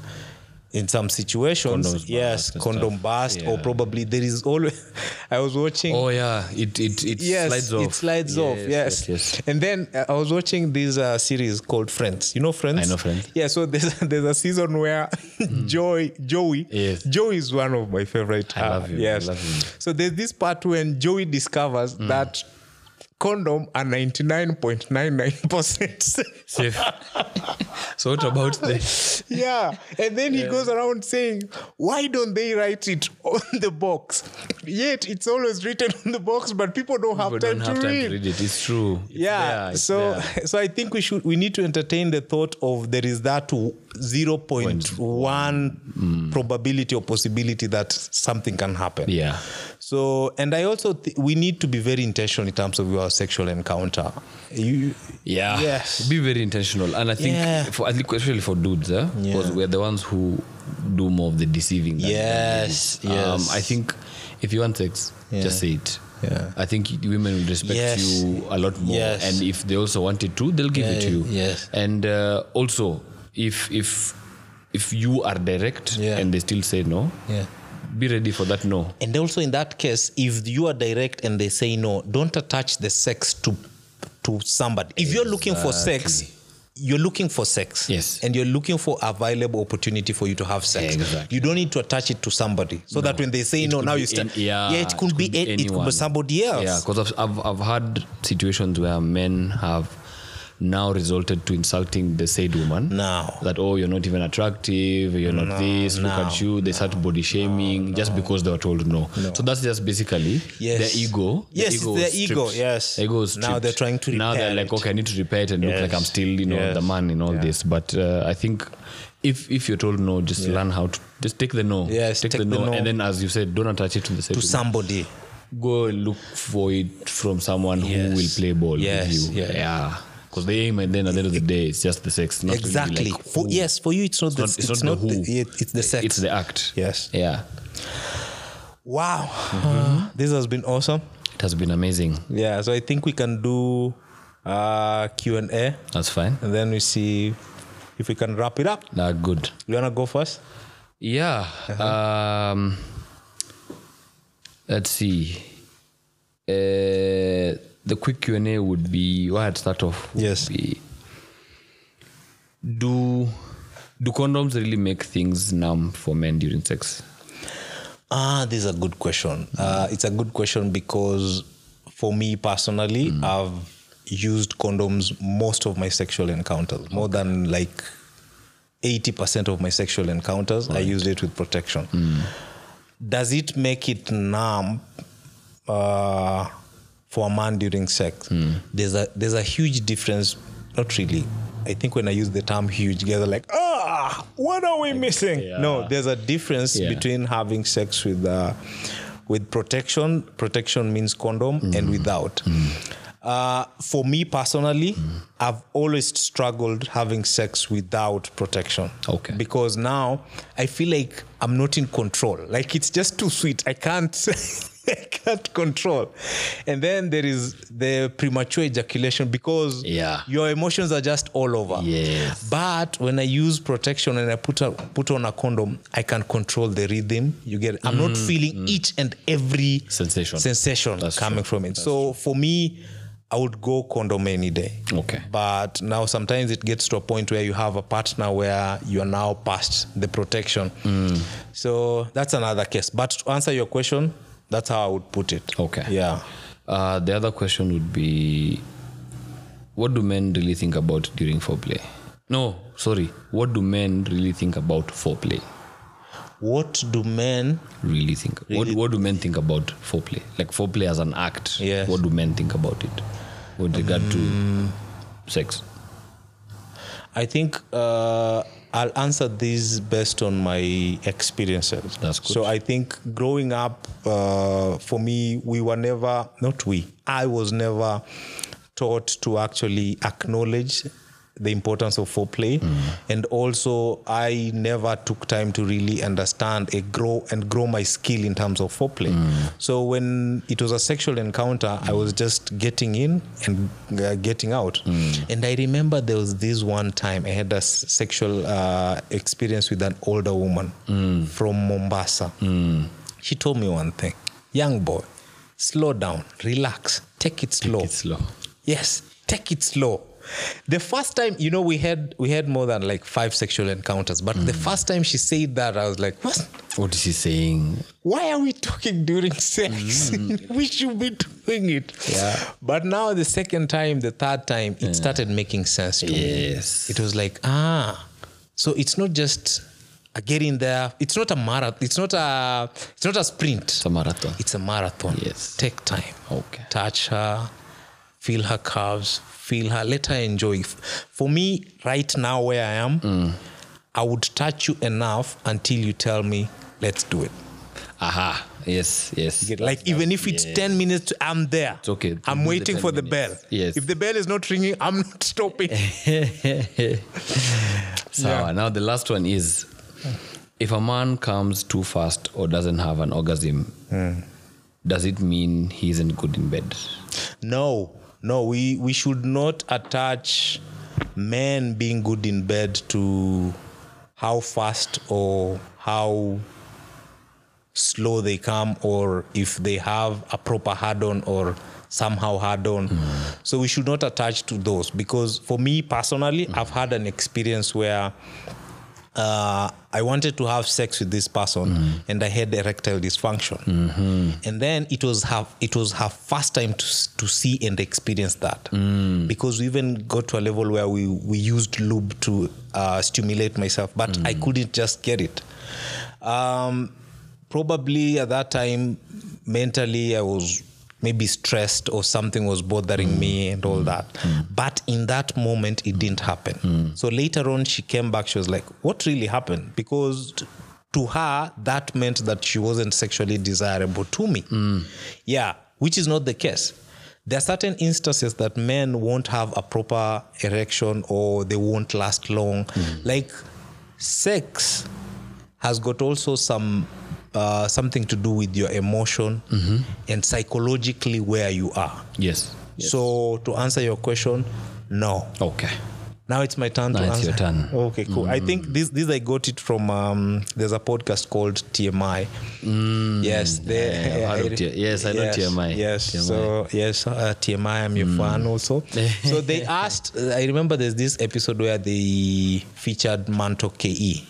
S1: in some situations
S2: Condoms
S1: yes
S2: burst and
S1: condom burst or
S2: Yeah.
S1: probably there is always i was watching
S2: Oh yeah, it it it
S1: yes
S2: slides off.
S1: it slides off yes,
S2: yes.
S1: and then uh, i was watching this uh, series called friends you know friends
S2: I know Friends.
S1: yeah so there's there's a season where joy joey
S2: Yes.
S1: joey is one of my favorite
S2: I love
S1: uh,
S2: him, I
S1: yes
S2: love him. Mm.
S1: so there's this part when joey discovers that condom are 99.99% safe.
S2: Safe. so what about the?
S1: yeah and then he goes around saying why don't they write it on the box yet it's always written on the box but people don't have,
S2: People
S1: time,
S2: don't have
S1: to
S2: time
S1: read.
S2: to read it. It's true. It's
S1: yeah
S2: there, it's
S1: so
S2: there.
S1: so i think we should we need to entertain the thought of there is that w- 0.1 probability or possibility that something can happen
S2: Mm. yeah,
S1: so and i also th- we need to be very intentional in terms of your sexual encounter you
S2: yeah.
S1: Yes.
S2: Be very intentional, and I think
S1: Yeah.
S2: for at least especially for dudes, huh? because we're the ones who do more of the deceiving. than-
S1: Yes,
S2: than ladies.
S1: yes.
S2: um, I think if you want sex, just say it.
S1: Yeah.
S2: I think women will respect
S1: Yes.
S2: you a lot more,
S1: Yes.
S2: and if they also want it to, they'll give it to you.
S1: yes.
S2: and uh, also if if if you are direct
S1: Yeah.
S2: and they still say no,
S1: yeah
S2: be ready for that no.
S1: and also in that case if you are direct and they say no don't attach the sex to to somebody if you're looking for sex you're looking for sex
S2: Yes.
S1: and you're looking for a viable opportunity for you to have sex
S2: Exactly.
S1: you don't need to attach it to somebody so that when they say no
S2: could
S1: now
S2: be
S1: you start
S2: any- yeah,
S1: yeah it could be, it, it could be
S2: anyone.
S1: somebody else
S2: Yeah, because I've, I've I've had situations where men have now resulted to insulting the said woman.
S1: Now.
S2: that oh you're not even attractive, you're not this. Look
S1: no,
S2: at you. They start body shaming just because they were told no. So that's just basically
S1: Yes.
S2: their ego.
S1: Yes, it's
S2: was
S1: their ego,
S2: stripped.
S1: yes.
S2: Their ego was
S1: Now they're
S2: stripped.
S1: trying to
S2: Now
S1: repair
S2: they're like
S1: it.
S2: okay, I need to repair it and look like I'm
S1: Yes.
S2: still you know
S1: Yes.
S2: the man in all this. But uh, I think. If, if you're told no, just learn how to just take the no.
S1: Yes,
S2: take, the, no, and then as you said, don't attach it to the said
S1: to
S2: woman
S1: somebody
S2: go look for it from someone
S1: Yes.
S2: who will play ball
S1: Yes,
S2: with you.
S1: yeah.
S2: Yeah. Because they aim and then at the end of the day, it's just the sex. Not really
S1: exactly
S2: like
S1: for,
S2: who.
S1: yes for you it's not the,
S2: not- it's not the who.
S1: the- it- it's the sex
S2: It's the act.
S1: Yes.
S2: Yeah.
S1: wow
S2: Mm-hmm.
S1: this has been awesome
S2: It has been amazing.
S1: yeah so i think we can do uh q&a
S2: That's fine.
S1: and then we see if we can wrap it up.
S2: Nah, good.
S1: You wanna go first?
S2: Yeah.
S1: Uh-huh.
S2: Um, let's see. Uh, the quick Q and A would be. Why I'd start off. would
S1: Yes.
S2: Be, do do condoms really make things numb for men during sex?
S1: Ah, this is a good question. Uh, it's a good question because for me personally, I've used condoms most of my sexual encounters, more than like 80% of my sexual encounters. I used it with protection. Does it make it numb? Uh, for a man during sex, there's a there's a huge difference. Not really. I think when I use the term huge, guys are like, ah, what are we missing? No, there's a difference
S2: Yeah.
S1: between having sex with uh, with protection. Protection means condom,
S2: Mm.
S1: and without. Uh, for me personally,
S2: Mm.
S1: I've always struggled having sex without protection.
S2: Okay.
S1: Because now I feel like I'm not in control. Like it's just too sweet. I can't. I can't control. And then there is the premature ejaculation because
S2: Yeah.
S1: your emotions are just all over.
S2: Yes.
S1: But when I use protection and I put a, put on a condom, I can control the rhythm. You get. I'm not feeling each and every
S2: Mm, Sensation.
S1: sensation
S2: That's
S1: coming from it. so for me, I would go condom any day.
S2: Okay.
S1: But now sometimes it gets to a point where you have a partner where you are now past the protection.
S2: Mm.
S1: So that's another case. But to answer your question, that's how I would put it.
S2: Okay.
S1: Yeah.
S2: Uh, the other question would be what do men really think about during foreplay? No, sorry. What do men really think about foreplay?
S1: What do men?
S2: Really think what what do men think about foreplay? Like foreplay as an act.
S1: Yes.
S2: What do men think about it? Um, With regard to sex.
S1: I think uh, I'll answer these based on my experiences.
S2: That's good.
S1: So I think growing up, uh, for me, we were never, not we, I was never taught to actually acknowledge the importance of foreplay.
S2: Mm.
S1: And also, I never took time to really understand a grow and grow my skill in terms of foreplay.
S2: Mm.
S1: So when it was a sexual encounter, I was just getting in and uh, getting out. And I remember there was this one time I had a s- sexual uh, experience with an older woman from Mombasa. Mm. She told me one thing, young boy, slow down, relax, take it slow.
S2: It's slow.
S1: Yes, take it slow. The first time, you know, we had we had more than like five sexual encounters, but the first time she said that, I was like, what?
S2: What is he saying?
S1: Why are we talking during sex? we should be doing it.
S2: Mm. Yeah.
S1: But now the second time, the third time, it started making sense to me.
S2: Yes.
S1: It was like, ah, so it's not just a getting there. It's not a marathon. It's not a. It's not a sprint
S2: It's a marathon.
S1: it's a marathon.
S2: Yes.
S1: Take time.
S2: Okay.
S1: Touch her, feel her curves, feel her, let her enjoy. F- For me, right now where I am,
S2: Mm.
S1: I would touch you enough until you tell me, let's do it.
S2: Aha. Yes, yes.
S1: like, even if it's 10 minutes, I'm there. It's
S2: okay. Do
S1: I'm
S2: the
S1: waiting
S2: 10
S1: for the
S2: minutes.
S1: bell.
S2: Yes.
S1: If the bell is not ringing, I'm not stopping.
S2: Sawa. Now the last one is if a man comes too fast or doesn't have an orgasm, does it mean he isn't good in bed?
S1: No, no, we, we should not attach men being good in bed to how fast or how slow they come or if they have a proper hard on or somehow hard on. So we should not attach to those because for me personally, I've had an experience where uh, I wanted to have sex with this person and I had erectile dysfunction. And then it was her it was her first time to, s- to see and experience that because we even got to a level where we, we used lube to uh, stimulate myself, but I couldn't just get it. Um, probably at that time, mentally, I was maybe stressed or something was bothering me and all that. But in that moment, it didn't happen. So later on, she came back. She was like, What really happened? Because t- to her, that meant that she wasn't sexually desirable to me. Yeah, which is not the case there are certain instances that men won't have a proper erection or they won't last long
S2: Mm.
S1: like sex has got also some uh, something to do with your emotion
S2: Mm-hmm.
S1: and psychologically where you are
S2: Yes.
S1: so to answer your question no
S2: Okay.
S1: now it's my turn to
S2: Now it's
S1: answer.
S2: your turn. Mm.
S1: Okay, cool. I think this this I got it from um, there's a podcast called TMI. yes, they,
S2: yeah, I've heard of
S1: I-
S2: T- yes, I know
S1: yes,
S2: TMI.
S1: Yes,
S2: TMI.
S1: so yes, uh, TMI. I'm your
S2: Hmm.
S1: fan also. so they asked. I remember there's this episode where they featured Manto E. Ke.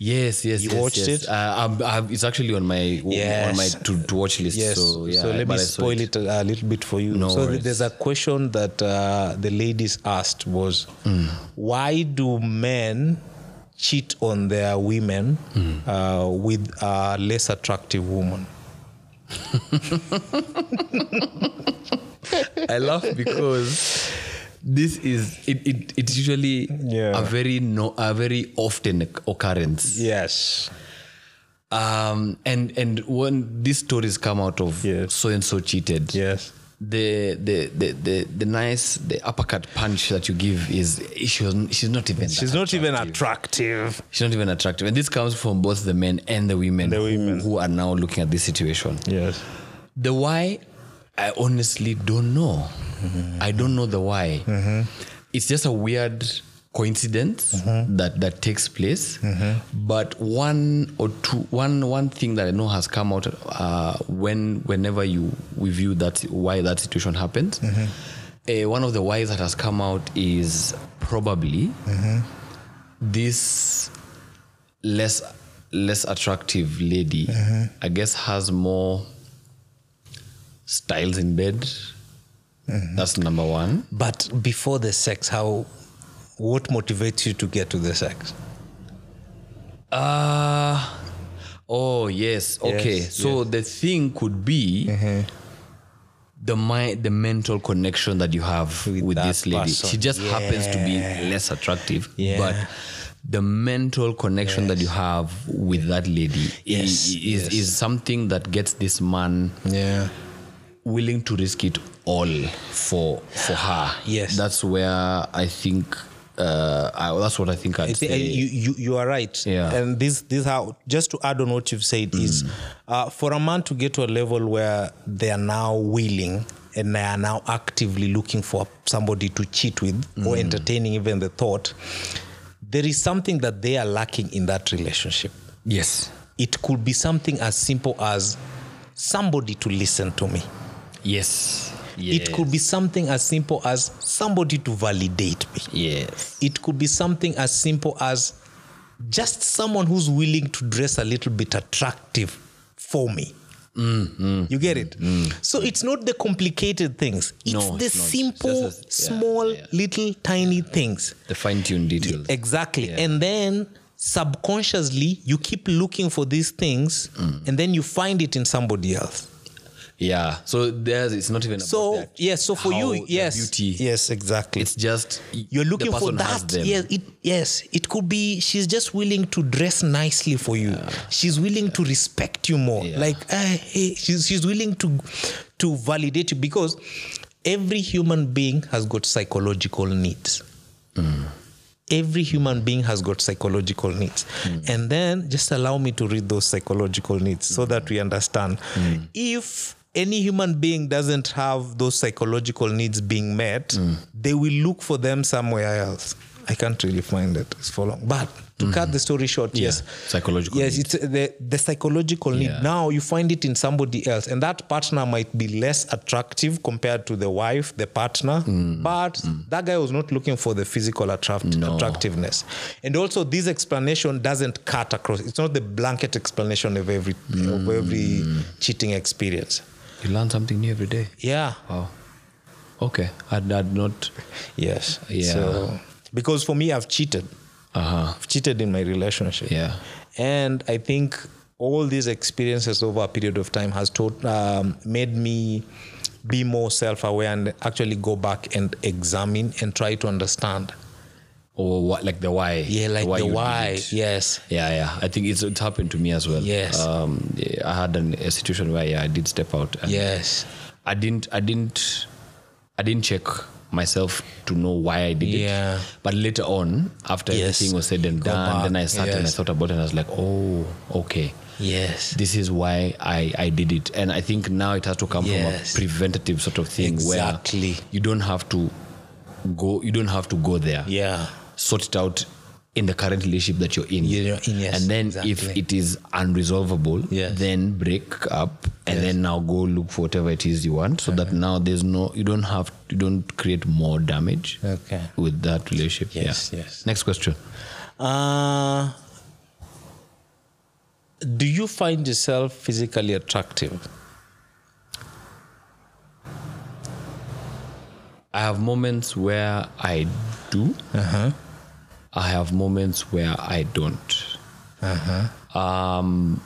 S2: Yes, yes.
S1: You
S2: yes,
S1: watched
S2: yes.
S1: it?
S2: Uh, um, uh, it's actually on my on
S1: Yes.
S2: my to, to watch list.
S1: Yes.
S2: So, yeah,
S1: let me
S2: but I saw
S1: spoil it. a little bit for you.
S2: No
S1: so th-
S2: worries.
S1: there's a question that uh, the ladies asked was,
S2: Hmm.
S1: why do men cheat on their women uh, with a less attractive woman?
S2: I laugh because this is it. it it's usually
S1: Yeah.
S2: a very no, a very often occurrence.
S1: Yes.
S2: Um, and and when these stories come out of
S1: Yes.
S2: so and so cheated,
S1: Yes.
S2: the, the the the the nice the uppercut punch that you give is she was, she's not even
S1: She's
S2: that
S1: not even attractive.
S2: she's not even attractive, and this comes from both the men and the women,
S1: The
S2: who-
S1: women.
S2: who are now looking at this situation.
S1: Yes.
S2: The why, I honestly don't know. I don't know the why. It's just a weird coincidence that that takes place. But one or two, one one thing that I know has come out uh, when whenever you review that why that situation happened. eh, one of the whys that has come out is probably this less less attractive lady i guess has more styles in bed
S1: Mm-hmm.
S2: that's number one
S1: But before the sex, how? What motivates you to get to the sex?
S2: uh oh yes okay
S1: Yes, Mm-hmm.
S2: so the thing could be the mind the mental connection that you have with,
S1: that
S2: this lady
S1: person.
S2: she just happens to be less attractive
S1: Yeah.
S2: but the mental connection that you have with that lady
S1: Yes,
S2: i- i- is,
S1: yes.
S2: is something that gets this man
S1: yeah
S2: willing to risk it all for for her.
S1: Yes.
S2: that's where I think uh, I, that's what I think I'd
S1: I think uh,
S2: say.
S1: you, you you are right.
S2: Yeah.
S1: And this this how just to add on what you've said is uh, for a man to get to a level where they are now willing and they are now actively looking for somebody to cheat with or entertaining even the thought, there is something that they are lacking in that relationship.
S2: yes,
S1: It could be something as simple as somebody to listen to me.
S2: yes,
S1: It could be something as simple as somebody to validate me.
S2: yes,
S1: It could be something as simple as just someone who's willing to dress a little bit attractive for me.
S2: Mm-hmm.
S1: you get it? So it's not the complicated things, it's
S2: No,
S1: the
S2: it's not. It's
S1: simple,
S2: just a- yeah,
S1: small,
S2: yeah.
S1: little, tiny things.
S2: the fine tuned details.
S1: Exactly. And then subconsciously, you keep looking for these things
S2: Mm.
S1: and then you find it in somebody else.
S2: yeah, so there's it's not even
S1: So,
S2: about that.
S1: yes, so for
S2: How
S1: you,
S2: the
S1: yes.
S2: beauty.
S1: Yes, exactly.
S2: It's just
S1: you're
S2: the
S1: looking for
S2: person has
S1: that
S2: them.
S1: yes it yes it could be she's just willing to dress nicely for you she's willing to respect you more
S2: Yeah.
S1: like eh, hey, she's, she's willing to to validate you because every human being has got psychological needs every human being has got psychological needs and then just allow me to read those psychological needs so that we understand if any human being doesn't have those psychological needs being met they will look for them somewhere else i can't really find it it's for long but to cut the story short yes
S2: psychological
S1: yes it's uh, the, the psychological need
S2: Yeah.
S1: now you find it in somebody else and that partner might be less attractive compared to the wife the partner
S2: Mm.
S1: but that guy was not looking for the physical attract- attractiveness and also this explanation doesn't cut across it's not the blanket explanation of every of
S2: Mm.
S1: every cheating experience
S2: you learn something new every day.
S1: yeah
S2: Wow. Okay, I'd, I'd not.
S1: yes
S2: Yeah.
S1: so because for me i've cheated
S2: Uh huh.
S1: i've cheated in my relationship
S2: Yeah.
S1: and i think all these experiences over a period of time has taught um, made me be more self-aware and actually go back and examine and try to understand
S2: or what like the why
S1: yeah like
S2: you
S1: the
S2: did
S1: why
S2: it.
S1: yes
S2: yeah yeah i think it's it's happened to me as well
S1: Yes.
S2: um yeah, i had an, a situation where yeah, i did step out and
S1: yes
S2: i didn't i didn't i didn't check myself to know why i did
S1: Yeah.
S2: it but later on after
S1: Yes.
S2: everything was said and
S1: Go
S2: done
S1: back.
S2: then i sat and i
S1: Yes.
S2: thought about it and i was like oh okay
S1: yes
S2: this is why I, I did it. And I think now it has to come
S1: Yes.
S2: from a preventative sort of thing
S1: Exactly.
S2: where you don't have to go you don't have to go there
S1: yeah
S2: sort it out in the current relationship that you're in.
S1: You're in, yes,
S2: and then if
S1: exactly.
S2: it is unresolvable,
S1: Yes.
S2: then break up and then now go look for whatever it is you want so that now there's no you don't have you don't create more damage
S1: Okay.
S2: with that relationship.
S1: Yes,
S2: yeah.
S1: yes.
S2: Next question.
S1: uh, do you find yourself physically attractive
S2: I have moments where I do.
S1: Uh-huh.
S2: I have moments where I don't. Um,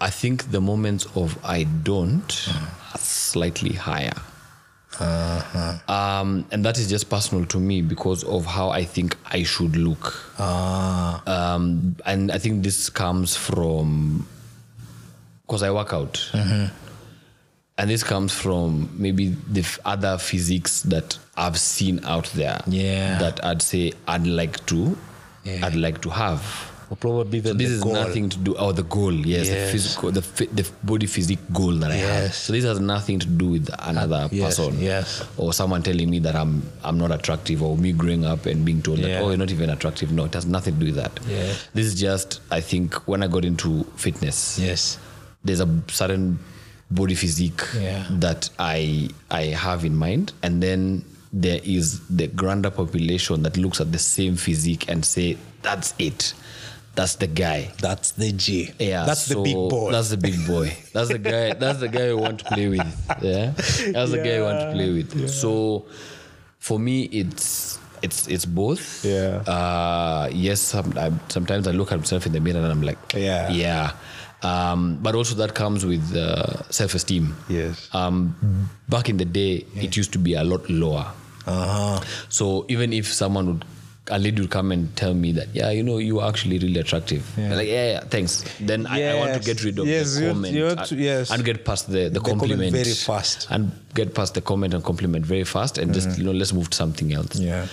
S2: I think the moments of I don't are slightly higher.
S1: Uh-huh.
S2: Um, and that is just personal to me because of how I think I should look.
S1: Ah.
S2: Um, and I think this comes from because I work out
S1: Mm-hmm.
S2: and this comes from maybe the f- other physiques that I've seen out there.
S1: Yeah.
S2: That I'd say I'd like to,
S1: Yeah.
S2: I'd like to have.
S1: or probably even
S2: This
S1: the
S2: is
S1: goal?
S2: nothing to do. Oh, the goal,
S1: Yes.
S2: yes, the physical, the fi- the body physique goal that I have.
S1: Yes.
S2: So this has nothing to do with another
S1: yes,
S2: person,
S1: yes.
S2: or someone telling me that I'm I'm not attractive, or me growing up and being told
S1: Yeah.
S2: that oh you're not even attractive. No, it has nothing to do with that.
S1: Yes.
S2: This is just I think when I got into fitness,
S1: yes
S2: there's a certain body physique
S1: Yeah.
S2: that I I have in mind, and then there is the grander population that looks at the same physique and say that's it, that's the guy.
S1: that's the g
S2: Yeah,
S1: that's the
S2: so
S1: big boy
S2: That's the big boy. That's the guy. That's the guy you want to play with. Yeah, that's the guy you want to play with. So, for me, it's it's it's both.
S1: Yeah.
S2: Uh, yes. Some, I, sometimes I look at myself in the mirror and I'm like,
S1: Yeah.
S2: yeah. Um, but also that comes with uh, self-esteem.
S1: Yes.
S2: Um, back in the day, it used to be a lot lower.
S1: uh-huh
S2: So even if someone would a lady would come and tell me that yeah you know you are actually really attractive I'm like yeah yeah thanks then I, I want to
S1: Yes.
S2: get rid of
S1: Yes,
S2: the
S1: you-
S2: comment
S1: you want to-
S2: and,
S1: yes.
S2: and get past the, the,
S1: comment
S2: compliment
S1: very fast. Mm-hmm.
S2: and get past the comment and compliment very fast and just you know let's move to something else
S1: Yeah.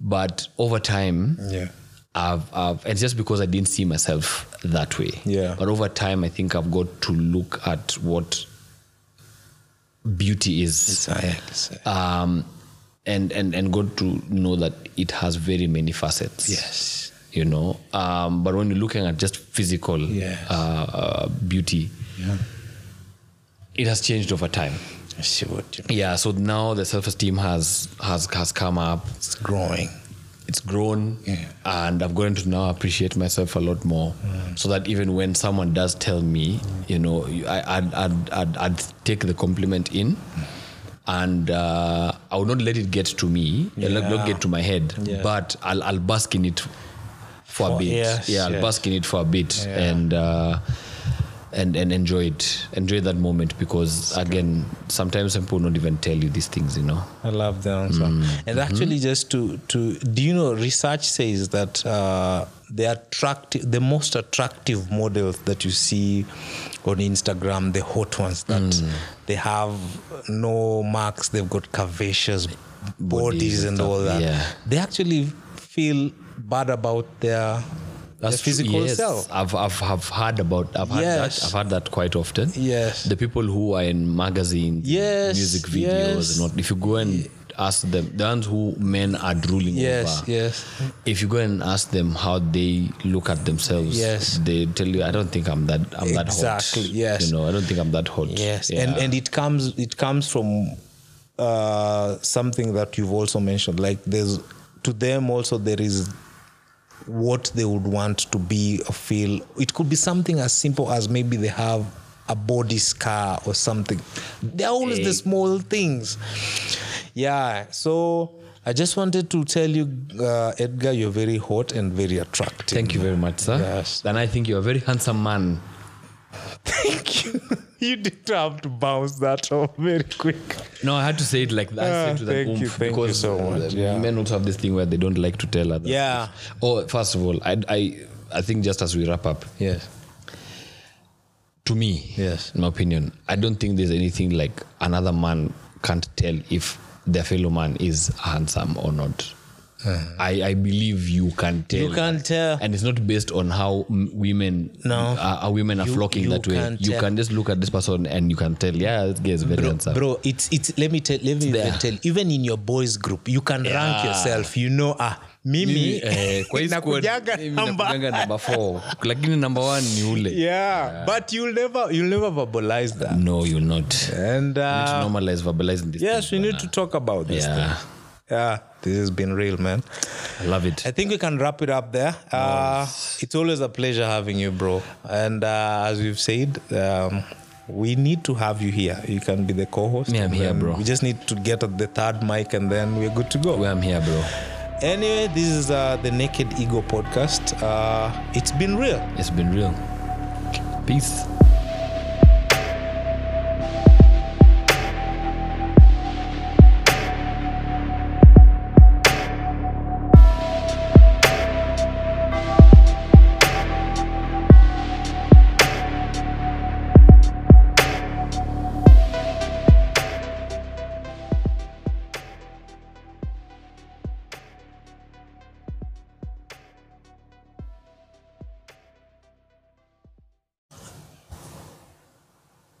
S2: but over time
S1: Yeah.
S2: I've, I've and just because I didn't see myself that way.
S1: Yeah.
S2: But over time, I think I've got to look at what beauty is, um, and and and got to know that it has very many facets.
S1: Yes.
S2: You know, um, but when you're looking at just physical
S1: Yes.
S2: uh, uh, beauty, it has changed over time.
S1: I see what you
S2: Yeah. So now the self-esteem has has has come up
S1: It's growing.
S2: it's grown
S1: Yeah.
S2: and I've gotten to now appreciate myself a lot more
S1: Mm.
S2: so that even when someone does tell me, you know, you- I, I'd, I'd, I'd, I'd take the compliment in
S1: Mm.
S2: and uh, I will not let it get to me, I'll not, not
S1: Yeah.
S2: get to my head,
S1: Yeah.
S2: but I'll, I'll bask in it for, a
S1: For-
S2: bit.
S1: yes,
S2: yeah, I'll
S1: yes.
S2: bask in it for a bit
S1: Yeah.
S2: and, uh, and, and enjoy it, enjoy that moment because again, sometimes some people don't even tell you these things, you know.
S1: I love the answer.
S2: Mm-hmm.
S1: And actually, just to to do you know, research says that uh, the attractive, the most attractive models that you see on Instagram, the hot ones that
S2: Mm.
S1: they have no marks, they've got curvaceous bodies,
S2: Bodies and
S1: and
S2: stuff,
S1: all that.
S2: yeah.
S1: They actually feel bad about their, their
S2: That's true.
S1: physical
S2: yes.
S1: self.
S2: I've, I've, I've heard about I've heard
S1: Yes.
S2: that I've heard that quite often.
S1: Yes.
S2: The people who are in magazines,
S1: Yes,
S2: music videos,
S1: yes.
S2: and what if you go and ask them, the ones who men are drooling
S1: Yes,
S2: over.
S1: yes.
S2: If you go and ask them how they look at themselves,
S1: Yes.
S2: they tell you, I don't think I'm that I'm that hot.
S1: Exactly, yes.
S2: You know, I don't think I'm that hot.
S1: Yes, and and it comes it comes from uh, something that you've also mentioned. Like there's to them also there is what they would want to be or feel. It could be something as simple as maybe they have a body scar or something. They're always the small things. Yeah. So I just wanted to tell you, uh, Edgar, you're very hot and very attractive.
S2: Thank you very much, sir.
S1: Yes.
S2: And I think you're a very handsome man.
S1: Thank you. you did have to bounce that off very quick.
S2: No, I had to say it like that. I
S1: Ah,
S2: said to that
S1: thank you,
S2: oomph
S1: thank you
S2: because
S1: so much,
S2: uh,
S1: yeah.
S2: men also have this thing where they don't like to tell others.
S1: Yeah.
S2: Oh, first of all, I, I, I think just as we wrap up,
S1: Yes.
S2: to me,
S1: Yes.
S2: in my opinion, I don't think there's anything like another man can't tell if their fellow man is handsome or not. I, I believe you can tell.
S1: Uh-huh. You can tell.
S2: and it's not based on how m- women
S1: No.
S2: uh, uh, women are
S1: You-
S2: flocking
S1: you
S2: that way.
S1: can
S2: you
S1: tell.
S2: can just look at this person and you can tell. Yeah, this guy is very
S1: bro,
S2: handsome.
S1: bro, it's it's let me tell let me
S2: there.
S1: even tell even in your boys group you can rank
S2: Yeah.
S1: yourself you know ah mimi,
S2: eh, kwa hii squad,
S1: nakujanga
S2: mimi
S1: namba.
S2: nakujanga number four lakini number one ni ule
S1: yeah, but you'll never you'll never verbalize that
S2: no you're not
S1: and
S2: We need to
S1: uh,
S2: normalize verbalizing this
S1: yes we
S2: thing,
S1: need to talk about this
S2: bana.
S1: thing.
S2: yeah
S1: yeah this has been real man
S2: i love it
S1: I think we can wrap it up there. Uh, It's always a pleasure having you, bro. And uh, as we've said, um, we need to have you here. You can be the co-host.
S2: Yeah, I'm here,
S1: And
S2: bro.
S1: We just need to get at the third mic, and then we're good to go.
S2: where i'm here bro
S1: Anyway, this is uh, the Naked Ego podcast. Uh, it's been real.
S2: it's been real peace